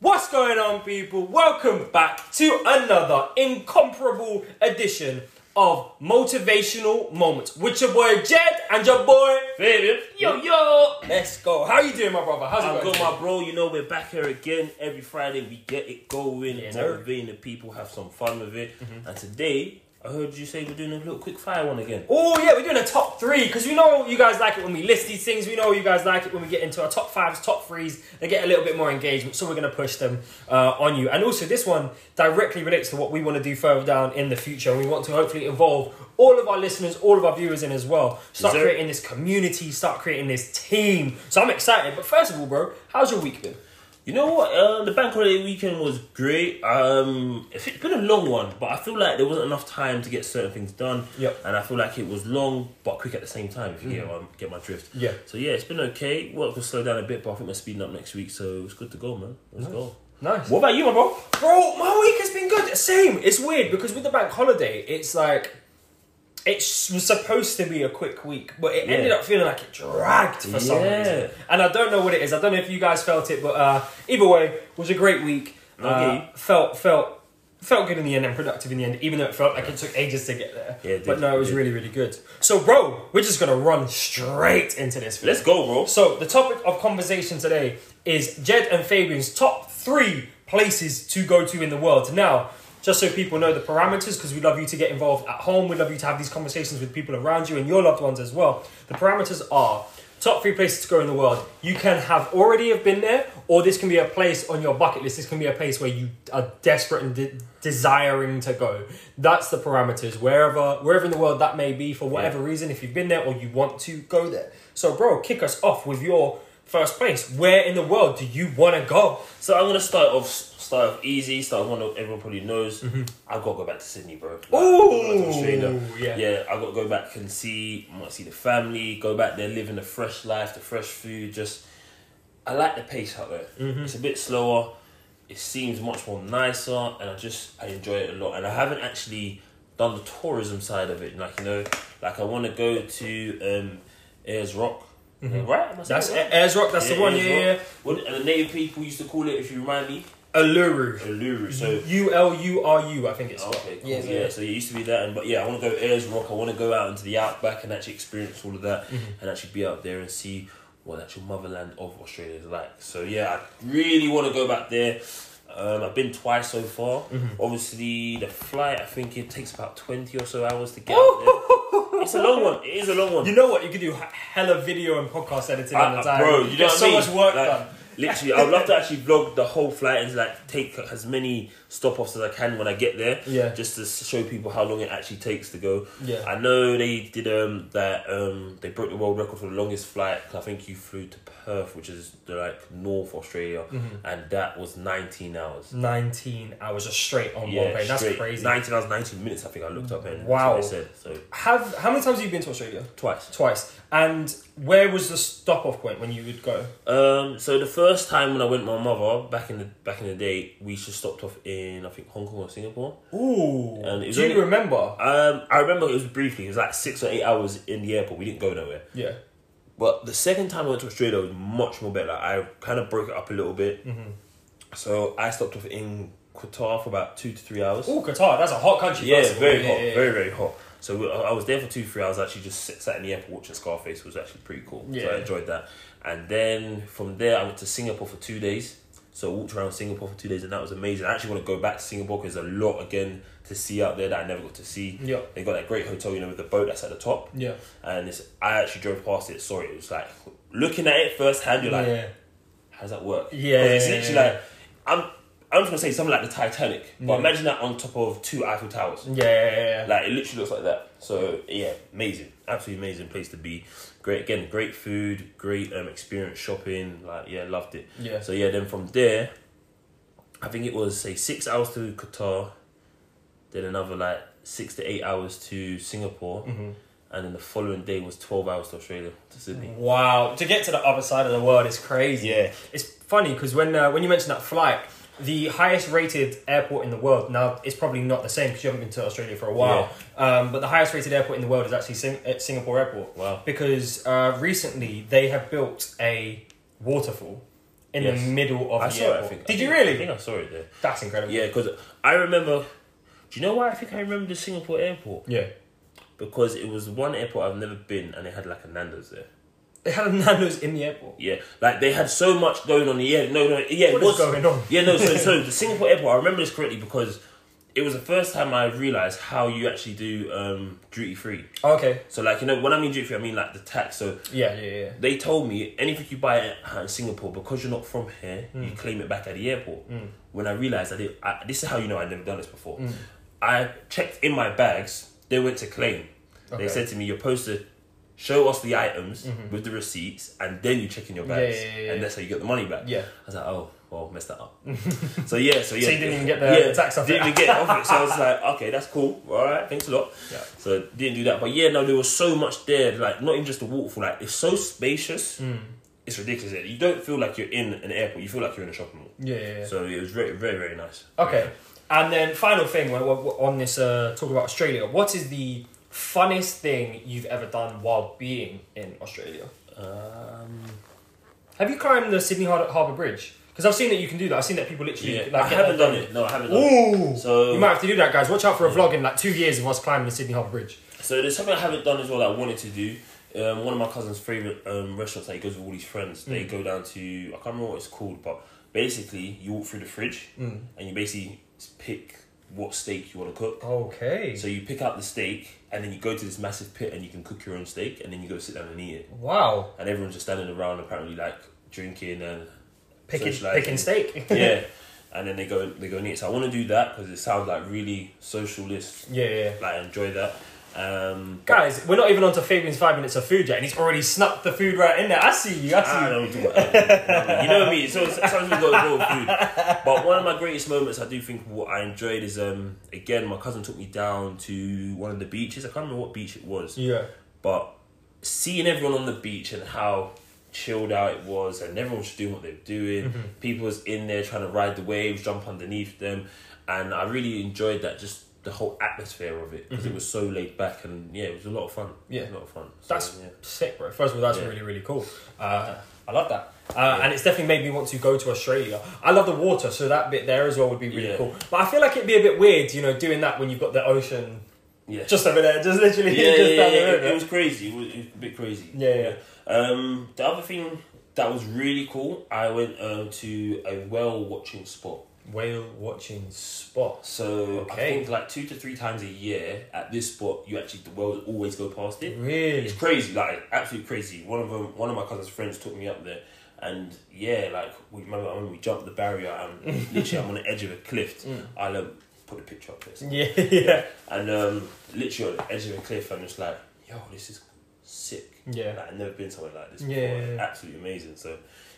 What's going on, people? Welcome back to another incomparable edition of Motivational Moments with your boy Jed and your boy Fabian. Yo, yo! Let's go. How you doing, my brother? How's I'm it going? good, my bro. You know, we're back here again. Every Friday, we get it going, Yeah, Mm-hmm. sir. motivating the people, have some fun with it. And today, I heard you say we're doing a little quick fire one again. Oh yeah, we're doing a top three because we know you guys like it when we list these things. We know you guys like it when we get into our top fives, top threes. They get a little bit more engagement, so we're gonna push them uh, on you. And also, this one directly relates to what we want to do further down in the future. We want to hopefully involve all of our listeners, all of our viewers in as well. Start Yes, sir. creating this community, start creating this team. So I'm excited. But first of all, bro, how's your week been? You know what? Uh, the bank holiday weekend was great. Um, it's been a long one, but I feel like there wasn't enough time to get certain things done. Yep. Mm-hmm. And I feel like it was long but quick at the same time. If you get, um, get my drift. Yeah. So yeah, it's been okay. Work will slow down a bit, but I think we're speeding up next week, so it's good to go, man. Let's go. Nice. What about you, my bro? Bro, my week has been good. Same. It's weird because with the bank holiday, it's like it s- was supposed to be a quick week, but it ended Yeah. up feeling like it dragged for some Yeah. reason. And I don't know what it is. I don't know if you guys felt it, but uh, either way, was a great week. Okay. Uh, felt felt felt good in the end and productive in the end, even though it felt like it took ages to get there. Yeah, it did. but no, it was It did. really really good. So, bro, we're just gonna run straight into this. Let's go, bro. So the topic of conversation today is Jed and Fabian's top three places to go to in the world. Now, just so people know the parameters, because we love you to get involved at home, we love you to have these conversations with people around you and your loved ones as well. The parameters are top three places to go in the world. You can have already have been there, or this can be a place on your bucket list. This can be a place where you are desperate and de- desiring to go. That's the parameters. Wherever, wherever in the world that may be, for whatever reason, if you've been there or you want to, go there. So, bro, kick us off with your first place. Where in the world do you want to go? So I'm gonna start off start off easy. Start off one that everyone probably knows. Mm-hmm. I've got to go back to Sydney, bro. Like, I've gotta go back to Australia. yeah. yeah. I've got to go back and see, I want to see the family. Go back there, living the fresh life, the fresh food. Just, I like the pace out there. Mm-hmm. It's a bit slower. It seems much more nicer, and I just I enjoy it a lot. And I haven't actually done the tourism side of it. Like you know, like I want to go to um, Ayers Rock. Right, Am I saying Mm-hmm. That's it right? Ayers Rock. That's the one. Ayers Yeah, yeah, Rock. What, and the native people used to call it, if you remind me, yeah. Uluru. Uluru. So oh, U L U R U. I think it's. okay, cool. Mm-hmm. Yeah, yeah, yeah. So it used to be that, and but yeah, I want to go Ayers Rock. I want to go out into the outback and actually experience all of that, Mm-hmm. and actually be out there and see what the actual motherland of Australia is like. So yeah, I really want to go back there. Um, I've been twice so far. Mm-hmm. Obviously, the flight I think it takes about twenty or so hours to get. Oh! out there. It's a long one. It is a long one. You know what? You could do h- hella video and podcast editing I- on the I- time. Ah, Bro, you know There's what so I mean? much work Like, done. Literally, I'd love to actually vlog the whole flight and like take as many stop offs as I can when I get there. Yeah. Just to s- show people how long it actually takes to go. Yeah. I know they did um that um they broke the world record for the longest flight. 'cause I think you flew to Perth, which is the, like North Australia, Mm-hmm. and that was nineteen hours. 19 hours just straight on one plane. That's straight. crazy. Nineteen hours, nineteen minutes. I think I looked up and that's Wow. what they said so Have how many times have you been to Australia? twice. Twice. And where was the stop off point when you would go? Um, so the first time when I went with my mother back in the back in the day, we just stopped off in I think Hong Kong or Singapore. Ooh. And it was do you only- remember? Um, I remember it was briefly. It was like six or eight hours in the airport. We didn't go nowhere. Yeah. But the second time I went to Australia was much more better. Like, I kind of broke it up a little bit. Mm-hmm. So I stopped off in Qatar for about two to three hours. Ooh, Qatar. That's a hot country. Yeah, first of all. very hot, yeah, yeah. very very hot. So we- I I was there for two three hours. Actually, just sit- sat in the airport watching Scarface was actually pretty cool. So Yeah. I enjoyed that. And then from there, I went to Singapore for two days. So I walked around Singapore for two days, and that was amazing. I actually want to go back to Singapore because there's a lot again to see out there that I never got to see. Yeah. They got that great hotel, you know, with the boat that's at the top. Yeah. And it's, I actually drove past it. Sorry, it was like looking at it first hand. You're like, yeah. how does that work? Yeah. it's literally like I'm. I'm just gonna say something like the Titanic, but imagine that on top of two Eiffel Towers. Yeah, yeah, yeah, yeah. Like it literally looks like that. So yeah, amazing, absolutely amazing place to be. Great again, great food, great um, experience shopping. Like yeah, loved it. Yeah. So yeah, then from there, I think it was say six hours to Qatar, then another like six to eight hours to Singapore, and then the following day was twelve hours to Australia to Sydney. Wow. To get to the other side of the world is crazy. Yeah. It's funny because when uh, when you mentioned that flight, the highest rated airport in the world now it's probably not the same because you haven't been to Australia for a while. Um, but the highest rated airport in the world is actually Sing- at Singapore Airport. Wow. Because uh, recently they have built a waterfall in Yes. the middle of I the saw it. I airport. think. I Did you think- I really? think I saw it there. That's incredible. Yeah, because I remember. Do you know why I think I remember the Singapore airport? Yeah. Because it was one airport I've never been, and they had like a Nando's there. They had a Nando's in the airport. Yeah, like they had so much going on. Yeah, no, no, yeah, What is it was going on? Yeah, no. So, so the Singapore airport. I remember this correctly because it was the first time I realized how you actually do um, duty free. Okay. So, like you know, when I mean duty free, I mean like the tax. So Yeah, yeah, yeah. they told me anything you buy at- in Singapore because you're not from here, Mm. you claim it back at the airport. When I realized I did, I, this is how you know I've never done this before. Mm. I checked in my bags. They went to claim. Okay. Mm-hmm. They said to me, "You're supposed to show us the items with the receipts, and then you check in your Yeah, bags, yeah, yeah, yeah. and that's how you get the money back." Yeah. I was like, "Oh, well, messed that up." so yeah, so yeah, you didn't even get the tax off didn't it. even get it off it. So I was like, "Okay, that's cool. All right, thanks a lot." Yeah. So didn't do that, but yeah, no, there was so much there. Like not even just the waterfall. Like it's so Mm. spacious. It's ridiculous. You don't feel like you're in an airport. You feel like you're in a shopping mall. Yeah, yeah, yeah. So it was very, very, very nice. Okay. And then final thing we're, we're- we're on this uh, talk about Australia. What is the funnest thing you've ever done while being in Australia? Um, Have you climbed the Sydney Har- Harbour Bridge? Because I've seen that you can do that. I've seen that people literally yeah, like I get haven't their- done it. No, I haven't. Done it. Ooh. So You might have to do that, guys. Watch out for a vlog in like two years of us climbing the Sydney Harbour Bridge. So there's something I haven't done as well that I wanted to do. Um, one of my cousin's favourite um, restaurants that he goes with all his friends, they Mm. go down to, I can't remember what it's called, but basically you walk through the fridge Mm. and you basically pick what steak you want to cook. Okay. So you pick out the steak and then you go to this massive pit and you can cook your own steak and then you go sit down and eat it. wow. And everyone's just standing around apparently like drinking and Picking, socialising. picking steak. yeah. And then they go they go and eat. So I want to do that because it sounds like really socialist. yeah, yeah. Like I enjoy that. Um, Guys, we're not even onto Fabian's five minutes of food yet, and he's already snuck the food right in there. I see you. I see I you. don't do it. You know what I mean? So sometimes we go go with food. But one of my greatest moments, I do think what I enjoyed is um again my cousin took me down to one of the beaches. I can't remember what beach it was, Yeah. but seeing everyone on the beach and how chilled out it was, and everyone was doing what they were doing. Mm-hmm. People was in there trying to ride the waves, jump underneath them, and I really enjoyed that. Just the whole atmosphere of it because it was so laid back and yeah, it was a lot of fun. Mm-hmm. Yeah. a lot of fun. So, That's yeah. sick, bro. First of all, that's Yeah. really, really cool. Uh, I love that. Uh, And it's definitely made me want to go to Australia. I love the water, so that bit there as well would be really Yeah. cool. But I feel like it'd be a bit weird, you know, doing that when you've got the ocean yeah. just over there, just literally yeah, just yeah, down yeah, the It, river. it was crazy. It was, it was a bit crazy. Yeah, yeah. Um, the other thing that was really cool, I went um, to a whale watching spot. Whale watching spot. So I Okay. think like two to three times a year at this spot, you actually the whales always go past it. Really? It's crazy, like absolutely crazy. One of them, one of my cousin's friends took me up there, and yeah, like we remember when we jumped the barrier and literally I'm on the edge of a cliff. I'll um, put a picture up there. Yeah, yeah. And um, literally on the edge of a cliff, I'm just like, yo, this is sick. Yeah. Like, I've never been somewhere like this Yeah, before. yeah, yeah. Absolutely amazing. So,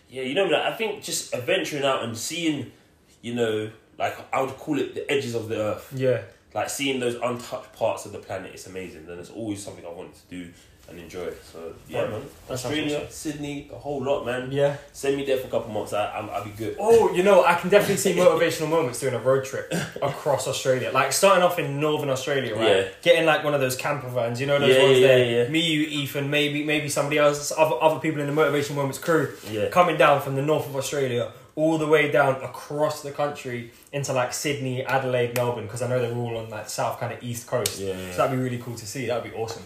yeah, you know, like, I think just adventuring out and seeing, you know, like I would call it the edges of the earth. Yeah. Like seeing those untouched parts of the planet is amazing. And it's always something I wanted to do and enjoy. So, yeah, Right. man. That sounds Australia, Sydney, the whole lot, man. Yeah. Send me there for a couple months. I, I'm, I'll be good. Oh, you know, I can definitely see motivational moments doing a road trip across Australia. Like starting off in northern Australia, right? Yeah. Getting like one of those camper vans, you know, those Yeah, ones yeah, there. yeah. Me, you, Ethan, maybe maybe somebody else, other, other people in the motivational moments crew, Yeah. coming down from the north of Australia all the way down across the country into like Sydney, Adelaide, Melbourne, because I know they're all on like south kind of east coast. Yeah, yeah. So that'd be really cool to see. That'd be awesome.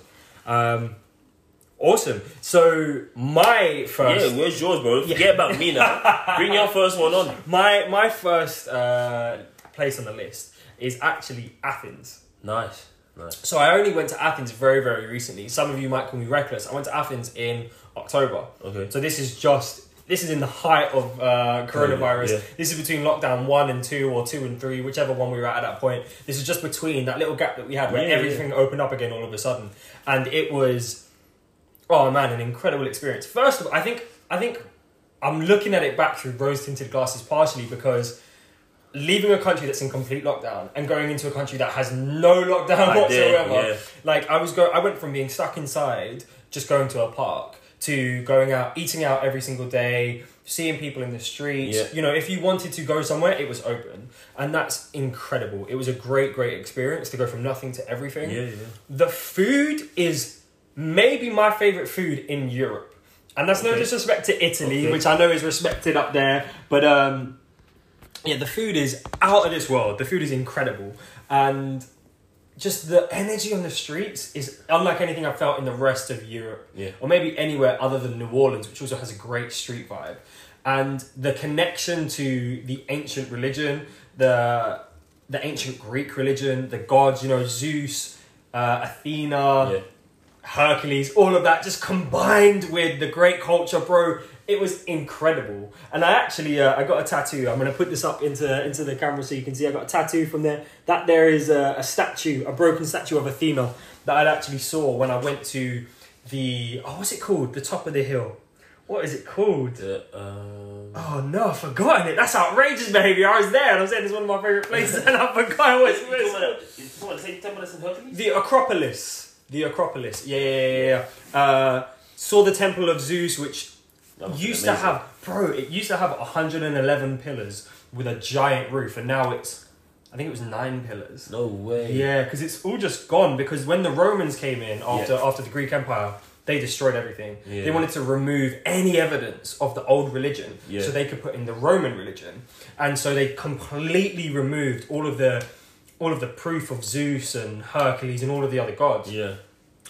Um, awesome. So my first. Yeah, where's yours, bro? Forget about me now. Bring your first one on. My my first uh, place on the list is actually Athens. Nice, nice. So I only went to Athens very very recently. Some of you might call me reckless. I went to Athens in October. Okay. So this is just this is in the height of uh, coronavirus. Yeah. This is between lockdown one and two, or two and three, whichever one we were at at that point. This is just between that little gap that we had where Yeah, yeah. everything opened up again all of a sudden, and it was, oh man, an incredible experience. First of all, I think I think I'm looking at it back through rose tinted glasses partially because. Leaving a country that's in complete lockdown and going into a country that has no lockdown I did, whatsoever, yeah. like I was go I went from being stuck inside, just going to a park, to going out, eating out every single day, seeing people in the streets. Yeah. You know, if you wanted to go somewhere, it was open. And that's incredible. It was a great, great experience to go from nothing to everything. Yeah, yeah. The food is maybe my favourite food in Europe. And that's no Okay. disrespect to Italy, Okay. which I know is respected up there, but um, yeah, the food is out of this world. The food is incredible, and just the energy on the streets is unlike anything I've felt in the rest of Europe, Yeah. or maybe anywhere other than New Orleans, which also has a great street vibe, and the connection to the ancient religion, the the ancient Greek religion, the gods, you know, Zeus, uh, Athena. yeah. Hercules, all of that just combined with the great culture, bro. It was incredible. And I actually, uh, I got a tattoo. I'm gonna put this up into into the camera so you can see. I got a tattoo from there. That there is a, a statue, a broken statue of Athena that I actually saw when I went to the oh, what's it called? The top of the hill. What is it called? The, um, Oh no, I've forgotten it. That's outrageous behavior. I was there and I'm saying it's one of my favorite places and I forgot what it was. The Acropolis. The Acropolis. Yeah, yeah, yeah, yeah. Uh, saw the Temple of Zeus, which used to have, bro, it used to have 111 pillars with a giant roof, and now it's, I think it was nine pillars. No way. Yeah, because it's all just gone. Because when the Romans came in after Yeah. after the Greek Empire, they destroyed everything. They Yeah. wanted to remove any evidence of the old religion, Yeah. so they could put in the Roman religion, and so they completely removed all of the all of the proof of Zeus and Hercules and all of the other gods Yeah.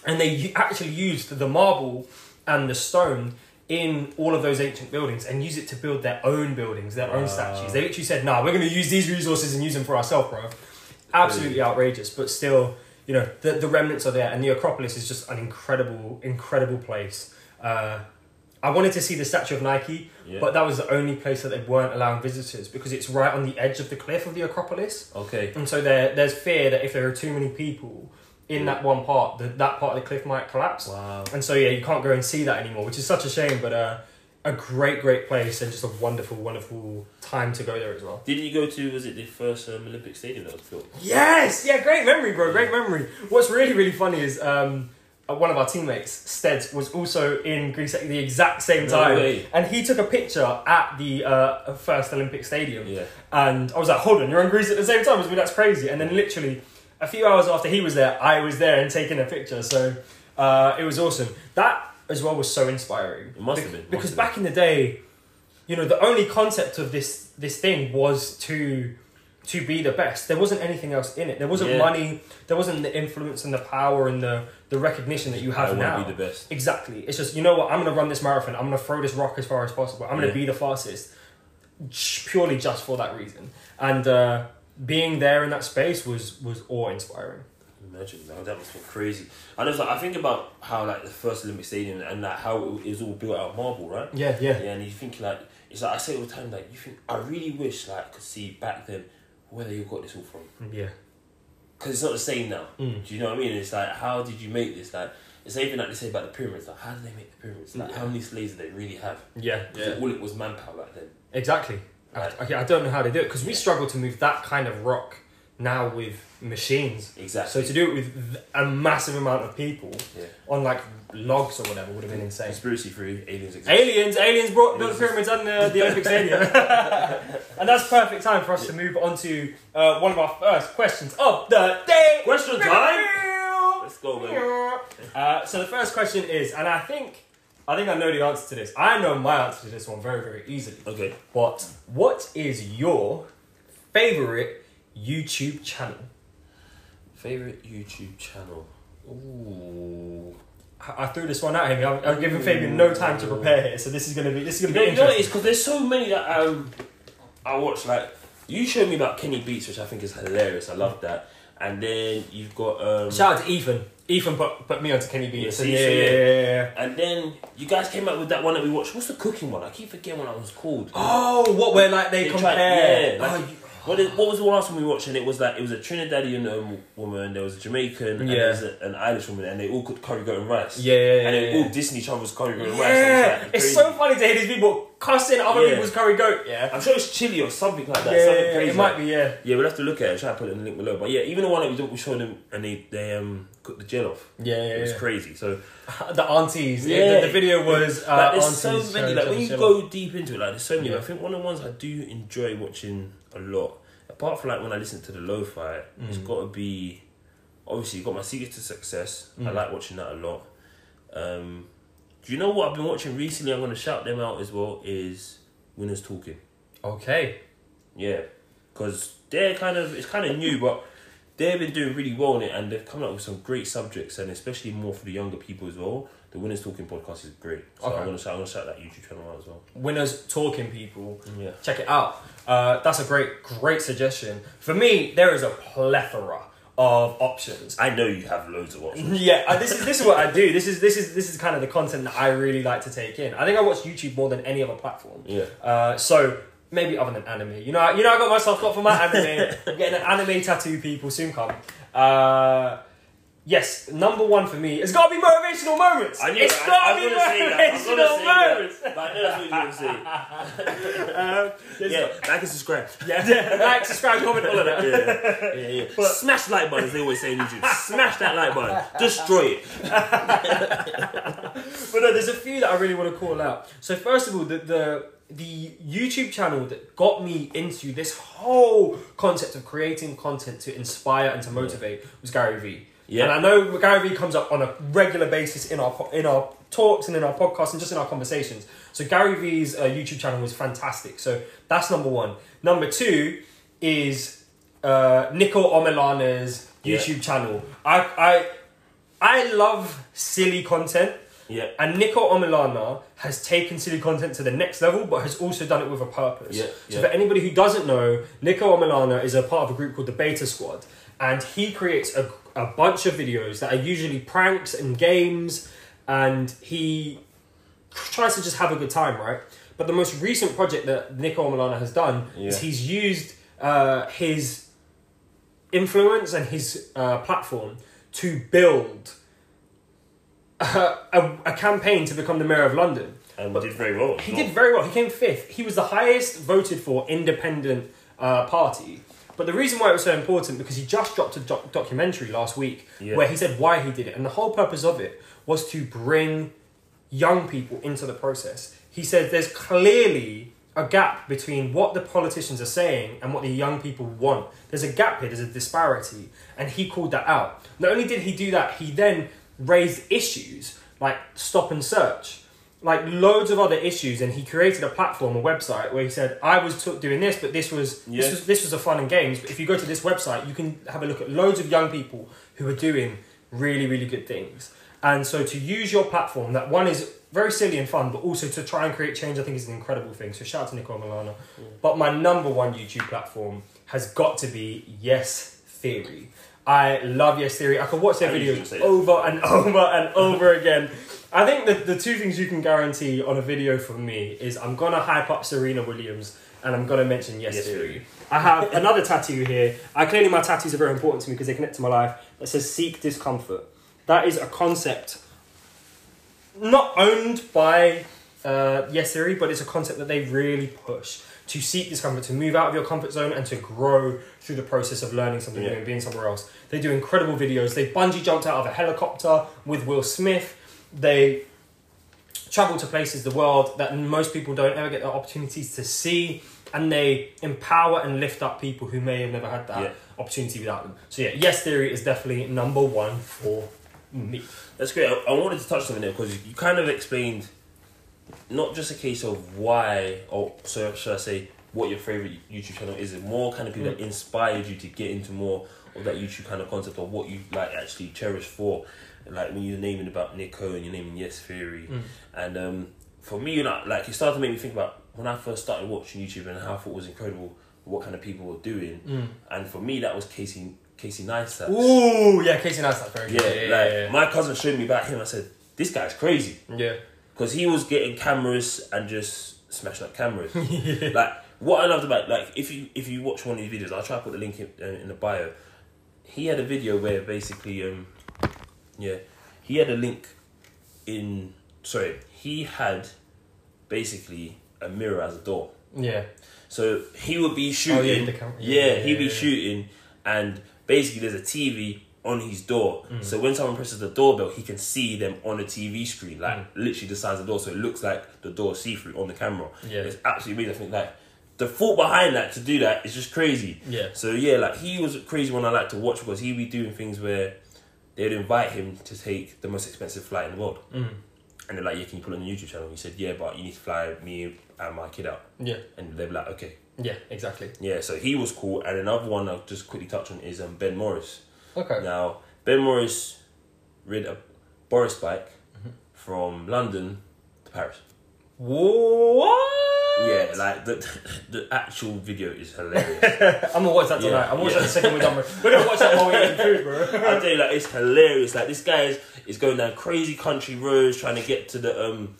and they u- actually used the marble and the stone in all of those ancient buildings and use it to build their own buildings, their own Wow. statues. They literally said, "Nah, we're going to use these resources and use them for ourselves, bro." Absolutely outrageous, but still, you know, the, the remnants are there, and the Acropolis is just an incredible, incredible place. Uh, I wanted to see the statue of Nike, Yeah. but that was the only place that they weren't allowing visitors because it's right on the edge of the cliff of the Acropolis. Okay. And so there, there's fear that if there are too many people in that one part, that that part of the cliff might collapse. Wow. And so yeah, you can't go and see that anymore, which is such a shame. But uh, a great, great place and just a wonderful, wonderful time to go there as well. Did you go to? Was it the first um, Olympic stadium that was built? Yes, yeah, great memory, bro. Great memory. What's really, really funny is um, uh, one of our teammates, Steads, was also in Greece at the exact same No time, way. and he took a picture at the uh, first Olympic stadium. Yeah. And I was like, hold on, you're in Greece at the same time as me, that's crazy. And then literally a few hours after he was there, I was there and taking a picture. So uh, it was awesome. That as well was so inspiring. It must have been, must Because have been. back in the day, you know, the only concept of this this thing was to to be the best. There wasn't anything else in it. There wasn't Yeah. money, there wasn't the influence and the power and the, the recognition that you I have want now. to be the best. Exactly. It's just you know what I'm gonna run this marathon. I'm gonna throw this rock as far as possible. I'm gonna Yeah. be the fastest, j- purely just for that reason. And uh, being there in that space was was awe inspiring. Imagine that. That must have been crazy. And it's like I think about how like the first Olympic stadium and like how it is all built out of marble, right? Yeah, yeah, Yeah, and you think like it's like I say all the time like you think I really wish like I could see back then where they got this all from yeah, because it's not the same now. Mm. Do you know what I mean? It's like how did you make this? Like it's even like they say about the pyramids. Like how did they make the pyramids? Like how many slaves did they really have? yeah, 'Cause All it was manpower back then. Exactly. I, Right. okay, I don't know how they do it because we Yeah. struggle to move that kind of rock now with machines. So Exactly. to do it with th- a massive amount of people yeah. on like logs or whatever would have been insane. Conspiracy theory, aliens exist. Aliens, aliens brought built the Aliens. pyramids and the, the Olympic Stadium. and that's perfect time for us to move on to uh, one of our first questions of the day. Question time? Let's go, baby. Uh, so the first question is, and I think, I think I know the answer to this. I know my answer to this one very, very easily. Okay. But what is your favorite YouTube channel? Favorite YouTube channel. Ooh. I I threw this one at him. I've, I've given Fabian no time to prepare here, so this is gonna be this is gonna be No, you know interesting. it's because there's so many that um, I watch. Like you showed me about Kenny Beats, which I think is hilarious. I love that. And then you've got um, Shout out to Ethan. Ethan put, put me onto Kenny B. Yeah, so see, yeah, yeah, so yeah. yeah, yeah. and then you guys came out with that one that we watched. What's the cooking one? I keep forgetting what that one's called. Oh, what where like they, They tried- compare? yeah, like- oh, you- What, is, what was the last one we watched? And it was like it was a Trinidadian um, woman, there was a Jamaican, and Yeah. there was a, an Irish woman, and they all cooked curry goat and rice. yeah, yeah, yeah, and yeah, they yeah. all Disney Travel's curry goat and rice. I was Yeah, like, it's crazy. so funny to hear these people cussing other Yeah. people's curry goat. Yeah, I'm sure it's chili or something like yeah, that. something yeah, crazy it might like be. Yeah, Yeah, we'll have to look at it. Try to put it in the link below. But yeah, even the one that we, did, we showed them and they they um cut the gel off. yeah, It was crazy. So The aunties. Yeah, Yeah. The, the video was. Uh, like, there's aunties so many. showing Like each when you other. go deep into it, like there's so many. Yeah. I think one of the ones I do enjoy watching a lot, apart from like when I listen to the lo-fi, Mm. it's got to be Mm. obviously you've got my secret to success. I like watching that a lot. Um, Do you know what I've been watching recently? I'm gonna shout them out as well. Is Winners Talking? Okay. Yeah, because they're kind of it's kind of new, but they've been doing really well in it, and they've come up with some great subjects, and especially more for the younger people as well. The Winners Talking podcast is great. So Okay. I'm gonna shout, I'm gonna shout that YouTube channel out as well. Winners talking people. Yeah. Check it out. Uh, that's a great, great suggestion. For me, there is a plethora of options. I know you have loads of options. Yeah, uh, this is this is what I do. This is this is this is kind of the content that I really like to take in. I think I watch YouTube more than any other platform. Yeah. Uh, so maybe other than anime, you know, I- you know, I got myself got for my anime. I'm getting an anime tattoo. People soon come. Uh, yes, number one for me. It's got to be motivational moments. I knew it's I- I got to was be gonna say that. I was gonna say motivational moments. that. But I know that's what you're gonna say. Uh, there's- Um, Yeah, like and subscribe. yeah. like, subscribe, comment, all of that. yeah, yeah, yeah. Smash the like button, as they always say on YouTube. Smash that like button. Destroy it. But no, there's a few that I really want to call out. So first of all, the the the YouTube channel that got me into this whole concept of creating content to inspire and to motivate was Gary Vee. Yeah. And I know Gary Vee comes up on a regular basis in our po- in our talks and in our podcasts and just in our conversations. So Gary Vee's uh, YouTube channel is fantastic. So that's number one. Number two is uh, Nico Omelana's Yeah. YouTube channel. I I I love silly content. Yeah. And Nico Omilana has taken silly content to the next level, but has also done it with a purpose. Yeah, So yeah. for anybody who doesn't know, Nico Omilana is a part of a group called the Beta Squad, and he creates a, a bunch of videos that are usually pranks and games, and he tries to just have a good time, right? But the most recent project that Nico Milana has done is Yeah. he's used uh, his influence and his uh, platform to build a, a, a campaign to become the mayor of London. And did very well. He did very well. He came fifth. He was the highest voted for independent uh, party. But the reason why it was so important because he just dropped a doc- documentary last week Yeah. where he said why he did it, and the whole purpose of it was to bring young people into the process. He said there's clearly a gap between what the politicians are saying and what the young people want. There's a gap here, there's a disparity. And he called that out. Not only did he do that, he then raised issues like stop and search, like loads of other issues. And he created a platform, a website, where he said, I was t- doing this, but this was, Yeah. this was this was a fun and games. But if you go to this website, you can have a look at loads of young people who are doing really, really good things. And so to use your platform, that one is very silly and fun, but also to try and create change, I think is an incredible thing. So shout out to Nicole Milano. Mm. But my number one YouTube platform has got to be Yes Theory. I love Yes Theory. I could watch their I knew you were videos gonna say that. over and over and over again. I think that the two things you can guarantee on a video from me is I'm gonna hype up Serena Williams and I'm gonna mention Yes, Yes Theory. Theory. I have another tattoo here. I clearly my tattoos are very important to me because they connect to my life. That says seek discomfort. That is a concept not owned by uh, Yes Theory, but it's a concept that they really push to seek discomfort, to move out of your comfort zone, and to grow through the process of learning something new Yeah. and being somewhere else. They do incredible videos. They bungee jumped out of a helicopter with Will Smith. They travel to places the world that most people don't ever get the opportunities to see and they empower and lift up people who may have never had that Yeah. opportunity without them so yeah yes theory is definitely number one for me That's great. I, I wanted to touch something there because you kind of explained not just a case of why, or so should I say, what your favorite YouTube channel is. It more kind of people that inspired you to get into more of that YouTube kind of concept or what you like actually cherish for. Like when you're naming about Nico and you're naming Yes Theory, and um, for me, you know, like it started to make me think about when I first started watching YouTube and how I thought it was incredible what kind of people were doing. And for me, that was Casey Casey Neistat. Mm. Ooh, yeah casey Neistat's very Yeah, good like my cousin showed me about him. I said, "This guy's crazy," yeah. because he was getting cameras and just smashing up cameras. like what I loved about like if you if you watch one of these videos, I'll try to put the link in, uh, in the bio. He had a video where basically, um, yeah, he had a link in. Sorry, he had basically a mirror as a door. yeah So he would be shooting. Oh, yeah, yeah, the camera- yeah, he'd be yeah, yeah. shooting, and basically there's a TV on his door. Mm. So when someone presses the doorbell, he can see them on the TV screen, like Mm. literally the size of the door. So it looks like the door see through on the camera. Yeah. it's absolutely amazing. I think like the thought behind that to do that is just crazy. Yeah. So yeah, like he was a crazy one I like to watch because Mm, he'd be doing things where they'd invite him to take the most expensive flight in the world. And they're like, yeah, can you put it on the YouTube channel? He said, yeah, but you need to fly me and my kid out. Yeah. And they were like, okay. Yeah. Exactly. Yeah, so he was cool. And another one I'll just quickly touch on is um, Ben Morris. Okay. Now, Ben Morris rid a Boris bike from London to Paris. What? Yeah, like the the actual video is hilarious. I'm gonna watch that Yeah, tonight. I'm gonna watch yeah. that the second we're done with. We're gonna watch that while we're eating food, bro. I tell you, like it's hilarious. Like this guy is, is going down crazy country roads trying to get to the um,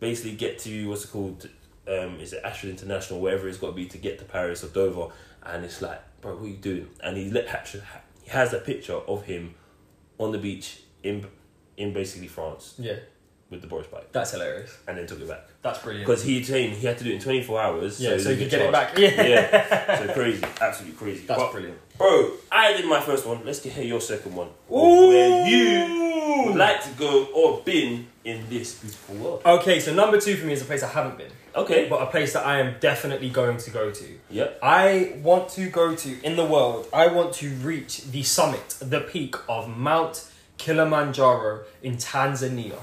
basically get to what's it called? Um, is it Ashford International? Wherever it's got to be to get to Paris or Dover, and it's like, bro, what are you doing? And he let actually ha- he has a picture of him on the beach in in basically France Yeah, with the Boris bike, that's hilarious. and then took it back That's brilliant. because he saying he had to do it in twenty four hours. Yeah, so, he you could could get it charge. back. Yeah, Yeah, so crazy, absolutely crazy. that's But- brilliant. Bro, I did my first one. Let's get hear your second one. Of Where you would Ooh. like to go or been in this beautiful world. Okay, so number two for me is a place I haven't been, Okay. but a place that I am definitely going to go to. Yep. I want to go to in the world. I want to reach the summit, the peak of Mount Kilimanjaro in Tanzania,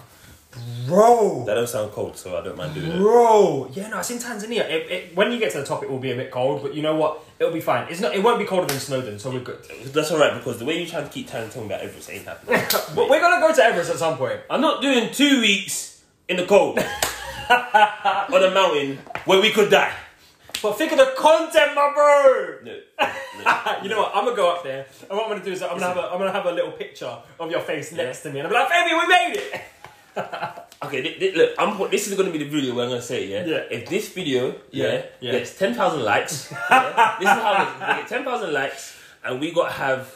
bro. That don't sound cold, so I don't mind doing it. Bro, yeah, no, it's in Tanzania. It, it, when you get to the top, it will be a bit cold, but you know what? It'll be fine. It's not. It won't be colder than Snowdon, so we're good. That's alright because the way you try to keep telling talking about Everest ain't happening. But we're gonna go to Everest at some point. I'm not doing two weeks in the cold on a mountain where we could die. But think of the content, my bro. No. You know what? I'm gonna go up there, and what I'm gonna do is I'm gonna have a, I'm gonna have a little picture of your face next to me, and I'm like, baby, we made it. Okay, thi- thi- look, I'm, put- this is going to be the video where I'm going to say, yeah? Yeah. If this video, yeah, Yeah, yeah. gets 10,000 likes, yeah, this is how it is. We get 10,000 likes and we got to have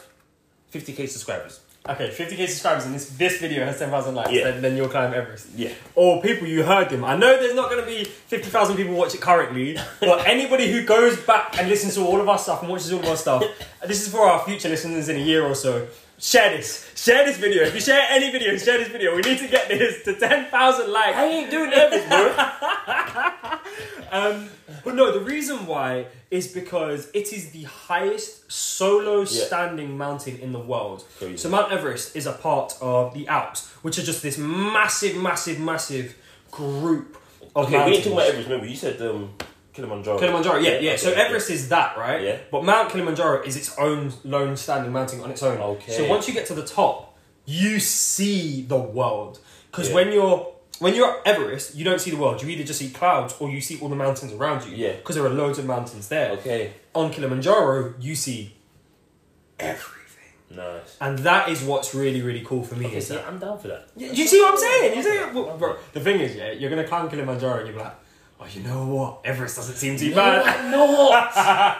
50k subscribers. Okay, 50k subscribers, and this this video has 10,000 likes. Yeah. Then, then you'll climb Everest. Yeah. Or people, you heard them. I know there's not going to be 50,000 people watch it currently, but anybody who goes back and listens to all of our stuff and watches all of our stuff, this is for our future listeners in a year or so. Share this. Share this video. If you share any video, share this video. We need to get this to 10,000 likes. I ain't doing Everest, bro. Um, but no, the reason why is because it is the highest solo standing mountain in the world. Crazy. So Mount Everest is a part of the Alps, which are just this massive, massive, massive group of Okay, we ain't mountains. talking about Everest. Remember, you said um, Kilimanjaro. Kilimanjaro, yeah, yeah. okay, so okay. Everest is that, right? Yeah. But Mount Kilimanjaro is its own lone standing mountain on its own. Okay. So once you get to the top, you see the world. Because Yeah. when you're when you're at Everest, you don't see the world. You either just see clouds or you see all the mountains around you. Yeah. Because there are loads of mountains there. Okay, On Kilimanjaro, you see everything. nice. And that is what's really, really cool for me. Okay, is so that, I'm down for that. Yeah, you see what I'm saying? You see, well, bro, the thing is, yeah, you're gonna climb Kilimanjaro and you're like, oh, you know what? Everest doesn't seem too bad. No, no,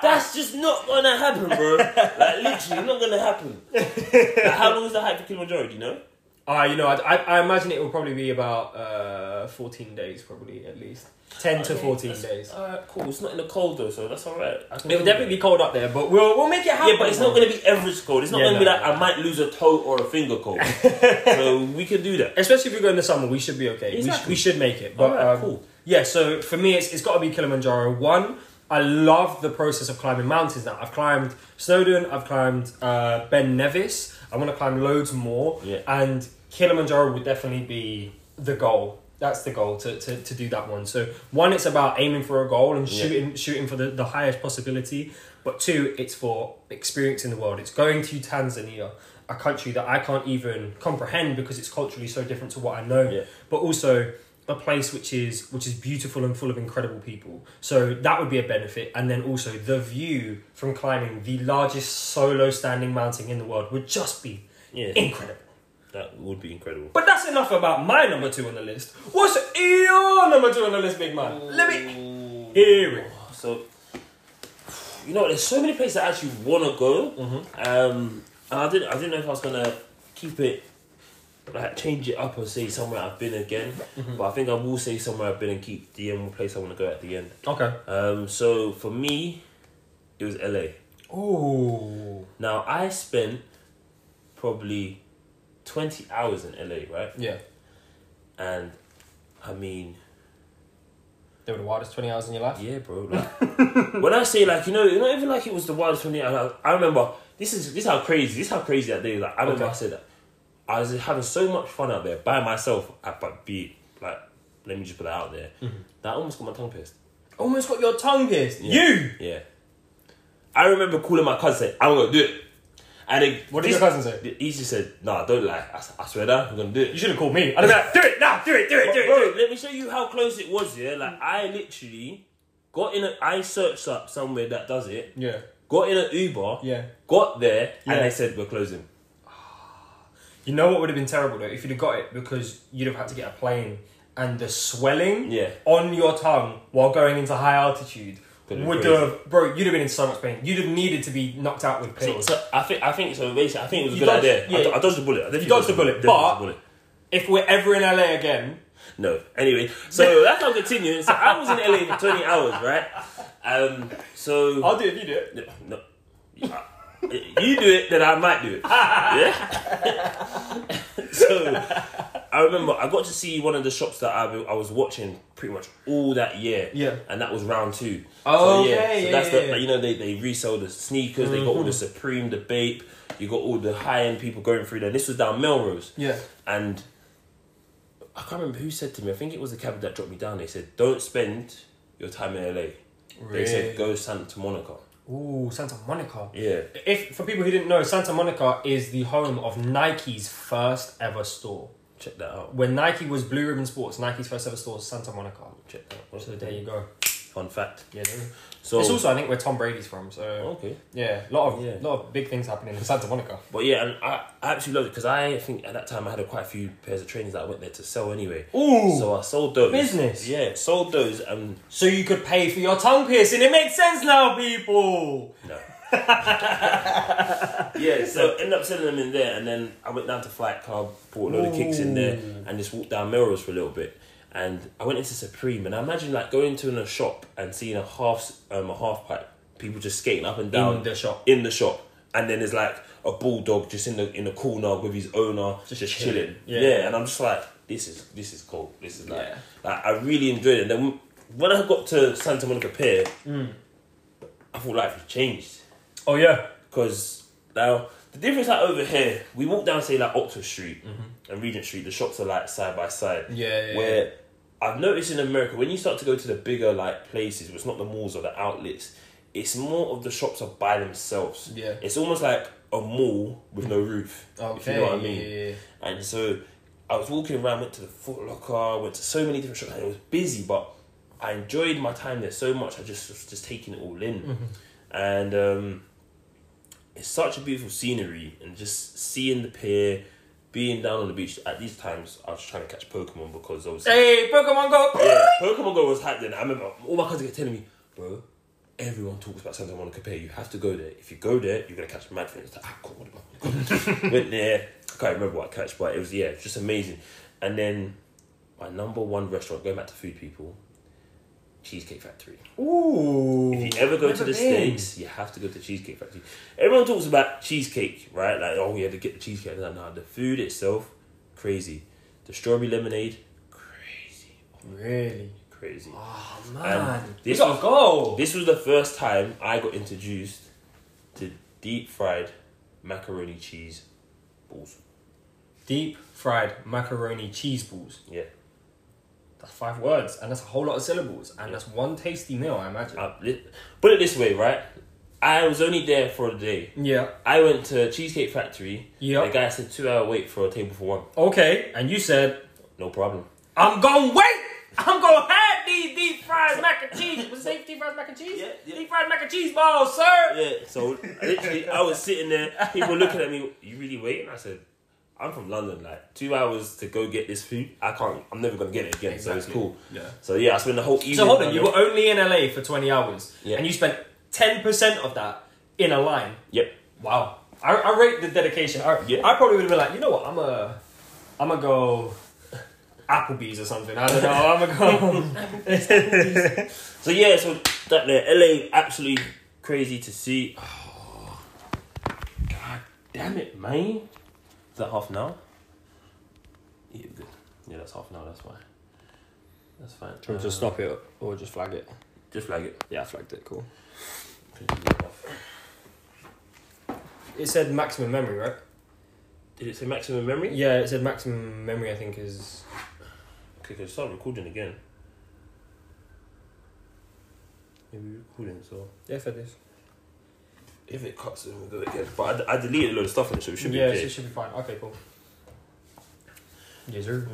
that's just not gonna happen, bro. Like literally, not gonna happen. Like, how long is the hike for Kilimanjaro? Do you know? Ah, you know, I, I, I imagine it will probably be about uh, 14 days, probably at least. 10 to Okay, 14 that's- days. Alright, cool. It's not in the cold though, so that's alright. I can It will do definitely be cold up there, but we'll, we'll make it happen. Yeah, but it's not gonna be average cold. It's not Yeah, gonna be no, like no, I might lose a toe or a finger cold. so we can do that. Especially if we go in the summer, we should be okay. We, sh- Exactly. we should make it. But, Alright, um, cool. Yeah, so for me, it's, it's got to be Kilimanjaro. One, I love the process of climbing mountains now. I've climbed Snowdon, I've climbed uh, Ben Nevis. I want to climb loads more. Yeah. And Kilimanjaro would definitely be the goal. That's the goal to, to, to do that one. So one, it's about aiming for a goal and Yeah. shooting shooting for the, the highest possibility. But two, it's for experiencing the world. It's going to Tanzania, a country that I can't even comprehend because it's culturally so different to what I know Yeah. but also a place which is which is beautiful and full of incredible people. So that would be a benefit, and then also the view from climbing the largest solo standing mountain in the world would just be Yeah, incredible. that would be incredible. But that's enough about my number two on the list. What's your number two on the list, big man? Let me hear it. Oh, So, you know, there's so many places I actually want to go. Mm-hmm. Um, and I didn't, I didn't know if I was gonna keep it, like change it up and say somewhere I've been again. Mm-hmm. But I think I will say somewhere I've been and keep the end place I want to go at the end. Okay. Um, so for me, it was LA. Oh. Now I spent probably twenty hours in LA, right? Yeah. And I mean, They were the wildest twenty hours in your life. Yeah, bro. Like, when I say like, you know, not even like it was the wildest for me. I, I- I remember this is this is how crazy this is how crazy that day. is. Like I remember Okay. I said that I was having so much fun out there by myself at uh, But Beat. Like, let me just put that out there. Mm-hmm. That almost got my tongue pierced. Almost got your tongue pierced. Yeah. You. Yeah. I remember calling my cousin, saying, I'm gonna do it. And then, What did your cousin say? He just said, Nah, don't lie. I, s- I swear that I'm gonna do You it. should have called me. I'd have been like, do it now, do it, do it, do it. do Bro, it. let me show you how close it was. Yeah, like I literally got in. A, I searched up somewhere that does it. Yeah. Got in an Uber. Yeah. Got there Yeah. and they said we're closing. You know what would have been terrible though if you'd have got it because you'd have had to get a plane and the swelling Yeah. on your tongue while going into high altitude Could've been would crazy. have bro you'd have been in so much pain you'd have needed to be knocked out with pills So I think I think so. Basically, I think it was a You good dodged- idea. I, yeah. do- I dodged the bullet. I definitely You dodged the bullet, definitely but- dodged the bullet. if we're ever in LA again No. Anyway, so that's how I'm continuing. So I was in LA for 20 hours, right? Um. So I'll do it you do it no, no. you do it, then I might do it. Yeah. so I remember I got to see one of the shops that I, I was watching pretty much all that year. Yeah. and that was round two. Oh, okay, so yeah, yeah, that's the yeah. Mm-hmm. like, you know they they resell the sneakers. They got all the Supreme, the Bape. You got all the high end people going through there. This was down Melrose yeah and I can't remember who said to me. I think it was the cab that dropped me down. They said, "Don't spend your time in LA." They said, "Go Santa Monica." ooh Santa Monica Yeah, if for people who didn't know Santa Monica is the home of Nike's first ever store check that out. when Nike was Blue Ribbon Sports Nike's first ever store was Santa Monica Check that out. so there you go Fun fact. yeah there you go. So it's also I think where Tom Brady's from so okay, Yeah, a lot of Yeah. lot of big things happening in Santa Monica. but yeah, and I, I absolutely loved it because I think at that time I had quite a few pairs of trainers that I went there to sell anyway. Ooh. So, So I sold those. Business. Yeah, sold those and you could pay for your tongue piercing. It makes sense now, people. No. yeah, so end up selling them in there, and then I went down to Fight Club, bought a load of kicks in there, and just walked down Melrose for a little bit. And I went into Supreme, and I imagine like going to a shop and seeing a half um, a half pipe, people just skating up and down In the shop. in the shop, and then there's like a bulldog just in the in the corner with his owner just, chilling. chilling. Yeah. and I'm just like, this is this is cool. This is like, Yeah. like I really enjoyed it. And then when I got to Santa Monica Pier, Mm. I thought life had changed. Oh yeah. Because now, the difference like over here, we walk down, say, like Oxford Street Mm-hmm. and Regent Street, the shops are like side by side. Yeah, yeah, Where I've noticed in America, when you start to go to the bigger like places, where it's not the malls or the outlets, it's more of the shops are by themselves. Yeah. It's almost like a mall with no roof. If you know what I mean. And so I was walking around, went to the Foot Locker, went to so many different shops, and it was busy, but I enjoyed my time there so much. I just was just taking it all in, and um, it's such a beautiful scenery, and just seeing the pier, being down on the beach at these times. I was trying to catch Pokemon because obviously Hey, Pokemon Go. yeah, Oh Pokemon Go was hyped then. I remember all my cousins kept telling me, bro, everyone talks about Santa Monica Pier. You have to go there. If you go there, you're gonna catch mad things. Like, ah, God, what am I- Went there. I can't remember what I catch, but it was yeah, it was just amazing. And then my number one restaurant, going back to food people, Cheesecake Factory. Ooh. If you ever go to the States, you have to go to Cheesecake Factory. Everyone talks about cheesecake, right? Like, oh, we had to get the cheesecake. Like, nah, the food itself, crazy. The strawberry lemonade, crazy, Really? crazy. Oh man. this gotta go. This was the first time I got introduced to deep fried macaroni cheese balls. Deep fried macaroni cheese balls. Yeah, That's five words, and that's a whole lot of syllables, and that's one tasty meal, I imagine. I, Uh, li- put it this way, right? I was only there for a day. yeah. I went to Cheesecake Factory. Yeah. The guy said two hour wait for a table for one. Okay. And you said No problem. I'm gonna wait. I'm gonna have these deep fried mac and cheese. Was it deep fried mac and cheese? Yeah, yeah. Deep fried mac and cheese balls, sir. Yeah. So literally, I was sitting there. People looking at me. You really waiting? I said, I'm from London. Like two hours to go get this food. I can't. I'm never gonna get it again. So it's Exactly. cool. Yeah. So yeah, I spent the whole evening. So hold on, down you there. were only in LA for 20 hours, Yeah. and you spent 10% of that in a line. Yep. Wow. I, I rate the dedication. I, Yeah. I probably would have been like, you know what, I'm a, I'm gonna go Applebee's or something. I don't know. I'm gonna go. So yeah, so that there, LA absolutely crazy to see. Oh, God damn it, man! Is that half an hour? Yeah, good. Yeah, that's half an hour. That's fine. That's fine. Uh, stop it or just flag it? just flag it. Yeah, I flagged it. Cool. It said maximum memory, right? Did it say maximum memory? Yeah, it said maximum memory. I think is Okay, can start recording again. Maybe recording, so. Yeah, for this. If it cuts, then we'll do it again. But I, I deleted a load of stuff on it, so it should be yeah, okay. so it should be fine. Okay, cool. Yeah, sir.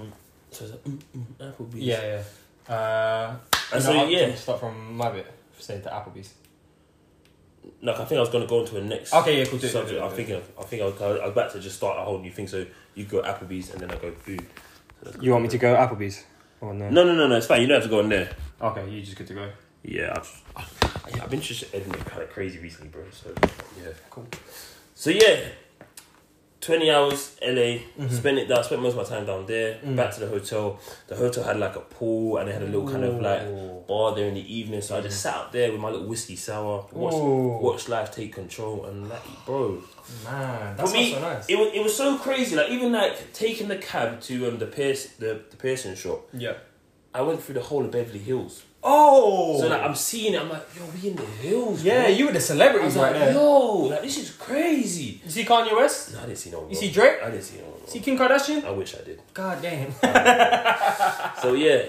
So it's like, mm, mm, Applebee's. Yeah, yeah. Uh, And no, so, I'll yeah. just Start from my bit. Say to Applebee's. No, I think I was going to go into a next Okay, yeah, cool. Do it, do it, subject. do it, I'm do it. thinking, of- I think I was, I was about to just start a whole new thing. So you go Applebee's and then I go food. So that's You want me to go Applebee's? Or no? No, no, no, no. It's fine. You don't have to go in there. Okay, you just good to go. Yeah, I've, I- yeah, I've been just editing kind of crazy recently, bro. So yeah, Cool. So yeah, twenty hours LA. Mhm. Spent it down. Spent most of my time down there. Mm. Back to the hotel. The hotel had like a pool and they had a little kind of like Ooh. Mm. bar there in the evening. So I just sat out there with my little whiskey sour. Watched, Ooh. watched life take control and like, bro. Man, For that's me, so nice. It was, it was so crazy. Like even like taking the cab to um the pierce the, the piercing shop. yeah. I went through the whole of Beverly Hills. Oh. So like I'm seeing it. I'm like, yo, we in the hills. yeah, bro. you were the I was celebrities right like, there. yo, like this is crazy. You see Kanye West? No, I didn't see no one. You bro. see Drake? I didn't see no one. bro. See Kim Kardashian? I wish I did. God damn. so yeah,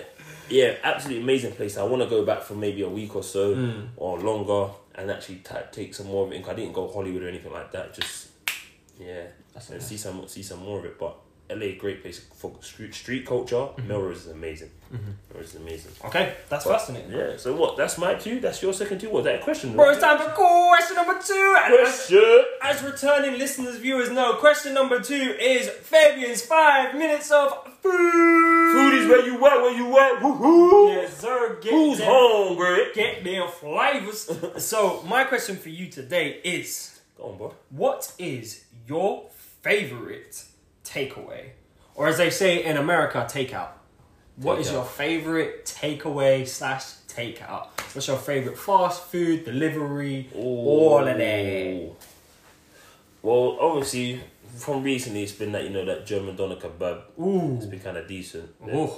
yeah, absolutely amazing place. I want to go back for maybe a week or so or longer and actually ta take some more of it. in. 'Cause I didn't go Hollywood or anything like that. Just yeah, That's and nice. see some see some more of it. But LA, great place for street, street culture. Melrose is amazing. Melrose is amazing. Okay, that's fascinating. Mm-hmm. Yeah. So what? That's my two. That's your second two. What? That a question? Bro, it's time for question number two. And as, Question. as returning listeners, viewers know, question number two is Fabian's five minutes of food. Food is where you at. Where you at? Woohoo! Yes, sir. Get Who's them- hungry? Get them flavors. so, my question for you today is Go on, bro. What is your favorite takeaway? Or as they say in America, takeout. What is Takeout. your favorite takeaway slash takeout? What's your favorite fast food, delivery, all of that? Ooh. Well, obviously, from recently, it's been that you know that German doner kebab. It's Ooh. been kind of decent. Ooh.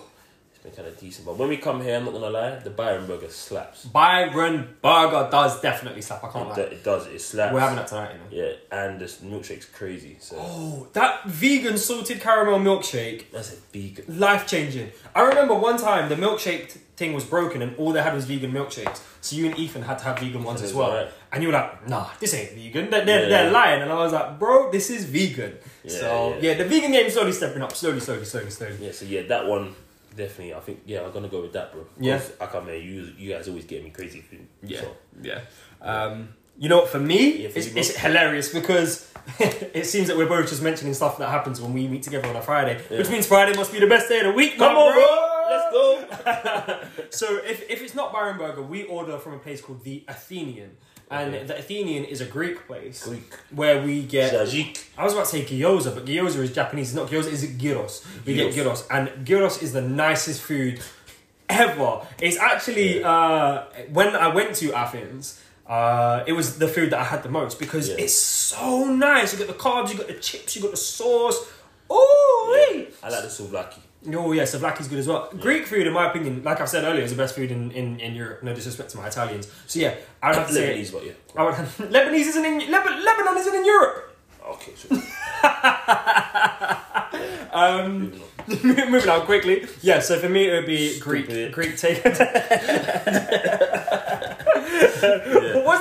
It's been kind of decent. But when we come here, I'm not gonna lie, the Byron burger slaps. Byron Burger does definitely slap. I can't It, lie. do- it does. It slaps. We're having that tonight, you know. Yeah, and this milkshake's crazy. So Oh, that vegan salted caramel milkshake, that's a big. life changing. I remember one time the milkshake t- thing was broken and all they had was vegan milkshakes. So you and Ethan had to have vegan ones That as is well. right. And you were like, nah, this ain't vegan. They're, they're, Yeah. they're lying. And I was like, bro, this is vegan. Yeah, so yeah. yeah. the vegan game's slowly stepping up, slowly, slowly, slowly, slowly. Yeah. So yeah, that one definitely. I think yeah, I'm gonna go with that, bro. 'Cause Yeah. I come here. You you guys always get me crazy food. So, yeah. Um, you know, what, for me, Yeah, for it's, you, it's hilarious because it seems that we're both just mentioning stuff that happens when we meet together on a Friday, which means Friday must be the best day of the week. come my on, bro. bro. Let's go. So if, if it's not Byron Burger, we order from a place called the Athenian. And Okay. the Athenian is a Greek place Greek. where we get. Tajik. I was about to say gyoza, but gyoza is Japanese. It's not gyoza, it's gyros. We get gyros. And gyros is the nicest food ever. It's actually, uh, when I went to Athens, uh, it was the food that I had the most because Yeah. it's so nice. You got the carbs, you got the chips, you got the sauce. Oh, I like the souvlaki. Oh yeah, Savlaki's good as well. Greek food, in my opinion, like I've said earlier, is the best food in, in, in Europe. No disrespect to my Italians. So yeah, I would have to say Lebanese, but yeah. I would Lebanese isn't in Lebanon, Lebanon isn't in Europe. Okay. So. Um, moving on. moving on quickly. Yeah, so for me it would be Greek Stupid. Greek take. What's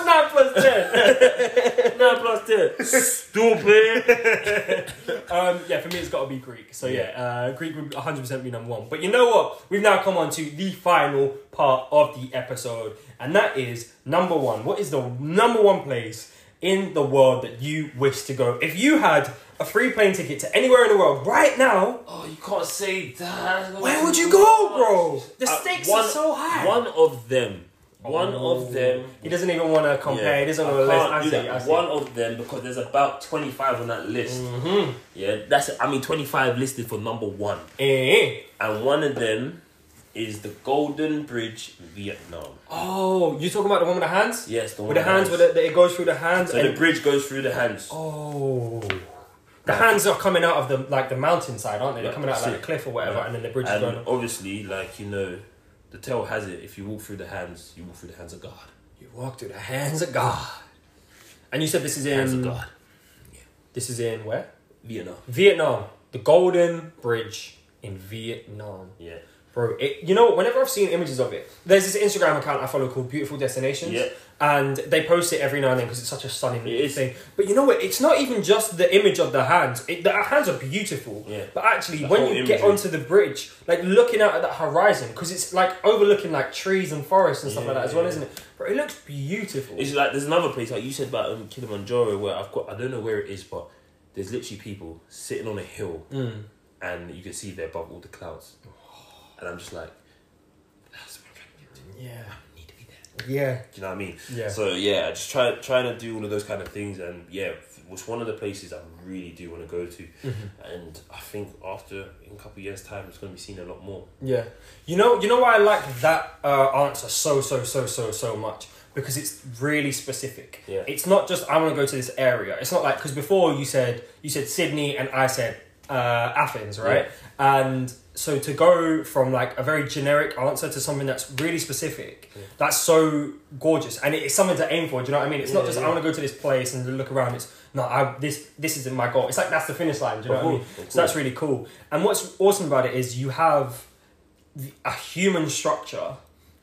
nine plus ten? nine plus ten. Stupid. Um, yeah, for me it's got to be Greek. So yeah, uh, Greek would 100% be number one. But you know what? We've now come on to the final part of the episode, and that is number one. What is the number one place in the world that you wish to go? If you had a free plane ticket to anywhere in the world right now, Oh, you can't say that. where would you go, bro? The Uh, stakes one- are so high. One of them. One Oh. of them. He doesn't even want to compare. He doesn't I want to list. can't I do see, that. I see. One of them because there's about 25 on that list. Mm-hmm. Yeah, that's I mean 25 listed for number one, Eh. and one of them is the Golden Bridge, Vietnam. Oh, you talking about the one with the hands? Yes, the one With the hands, with the, that it goes through the hands. so and the bridge goes through the hands. Oh. The hands are coming out of the like the mountainside, aren't they? They're Yeah, coming out of, like see. the cliff or whatever, Yeah. and then the bridge is and going. up. obviously, like you know, the tale has it: if you walk through the hands, you walk through the hands of God. You walk through the hands of God. And you said this is Hands of in God, this is in where? Vietnam. Vietnam. The Golden Bridge. in Vietnam. Yeah. Bro, it, you know what? Whenever I've seen images of it, there's this Instagram account I follow called Beautiful Destinations, Yeah. and they post it every now and then because it's such a stunning It is. thing. But you know what? It's not even just the image of the hands. It, the hands are beautiful, Yeah. but actually, The when whole you get imagery. onto the bridge, like looking out at that horizon, because it's like overlooking like trees and forests and stuff like that as well, Yeah. isn't it? Bro, it looks beautiful. It's like there's another place like you said about um, Kilimanjaro where I've got I don't know where it is, but there's literally people sitting on a hill Mm. and you can see they're above all the clouds, and I'm just like, that's where I'm trying to Mm, get yeah, to. I need to be there. yeah, Do you know what I mean? yeah. So yeah, just try trying to do all of those kind of things, and yeah, it was one of the places I really do want to go to, Mm-hmm. and I think after in a couple of years' time, it's going to be seen a lot more. Yeah, you know, you know why I like that uh, answer so so so so so much because it's really specific. Yeah. It's not just I want to go to this area. It's not like because before you said you said Sydney and I said uh, Athens, right? And so to go from like a very generic answer to something that's really specific, Yeah. that's so gorgeous, and it's something to aim for. Do you know what I mean? It's not Yeah, just I yeah. want to go to this place and look around. It's no, I this this isn't my goal. It's like that's the finish line. Do you know Of what I mean? course, of So that's really cool. And what's awesome about it is you have the- a human structure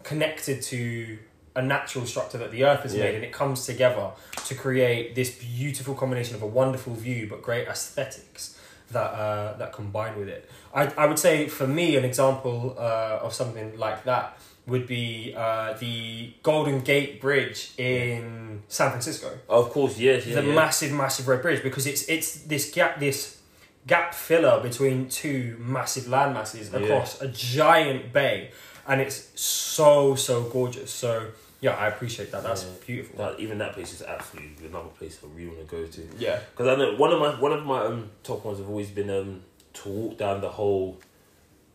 connected to a natural structure that the earth has Yeah. made and it comes together to create this beautiful combination of a wonderful view but great aesthetics that uh, that combine with it I, I would say for me an example uh, of something like that would be uh, the Golden Gate Bridge in San Francisco Of course, yes, yeah, the yeah. massive, massive red bridge because it's it's this gap this gap filler between two massive land masses Yeah. across a giant bay, and it's so so gorgeous. So yeah, I appreciate that. That's Yeah. beautiful. Like, even that place is absolutely another place I really want to go to. Yeah, Because I know one of my one of my um, top ones have always been um, to walk down the whole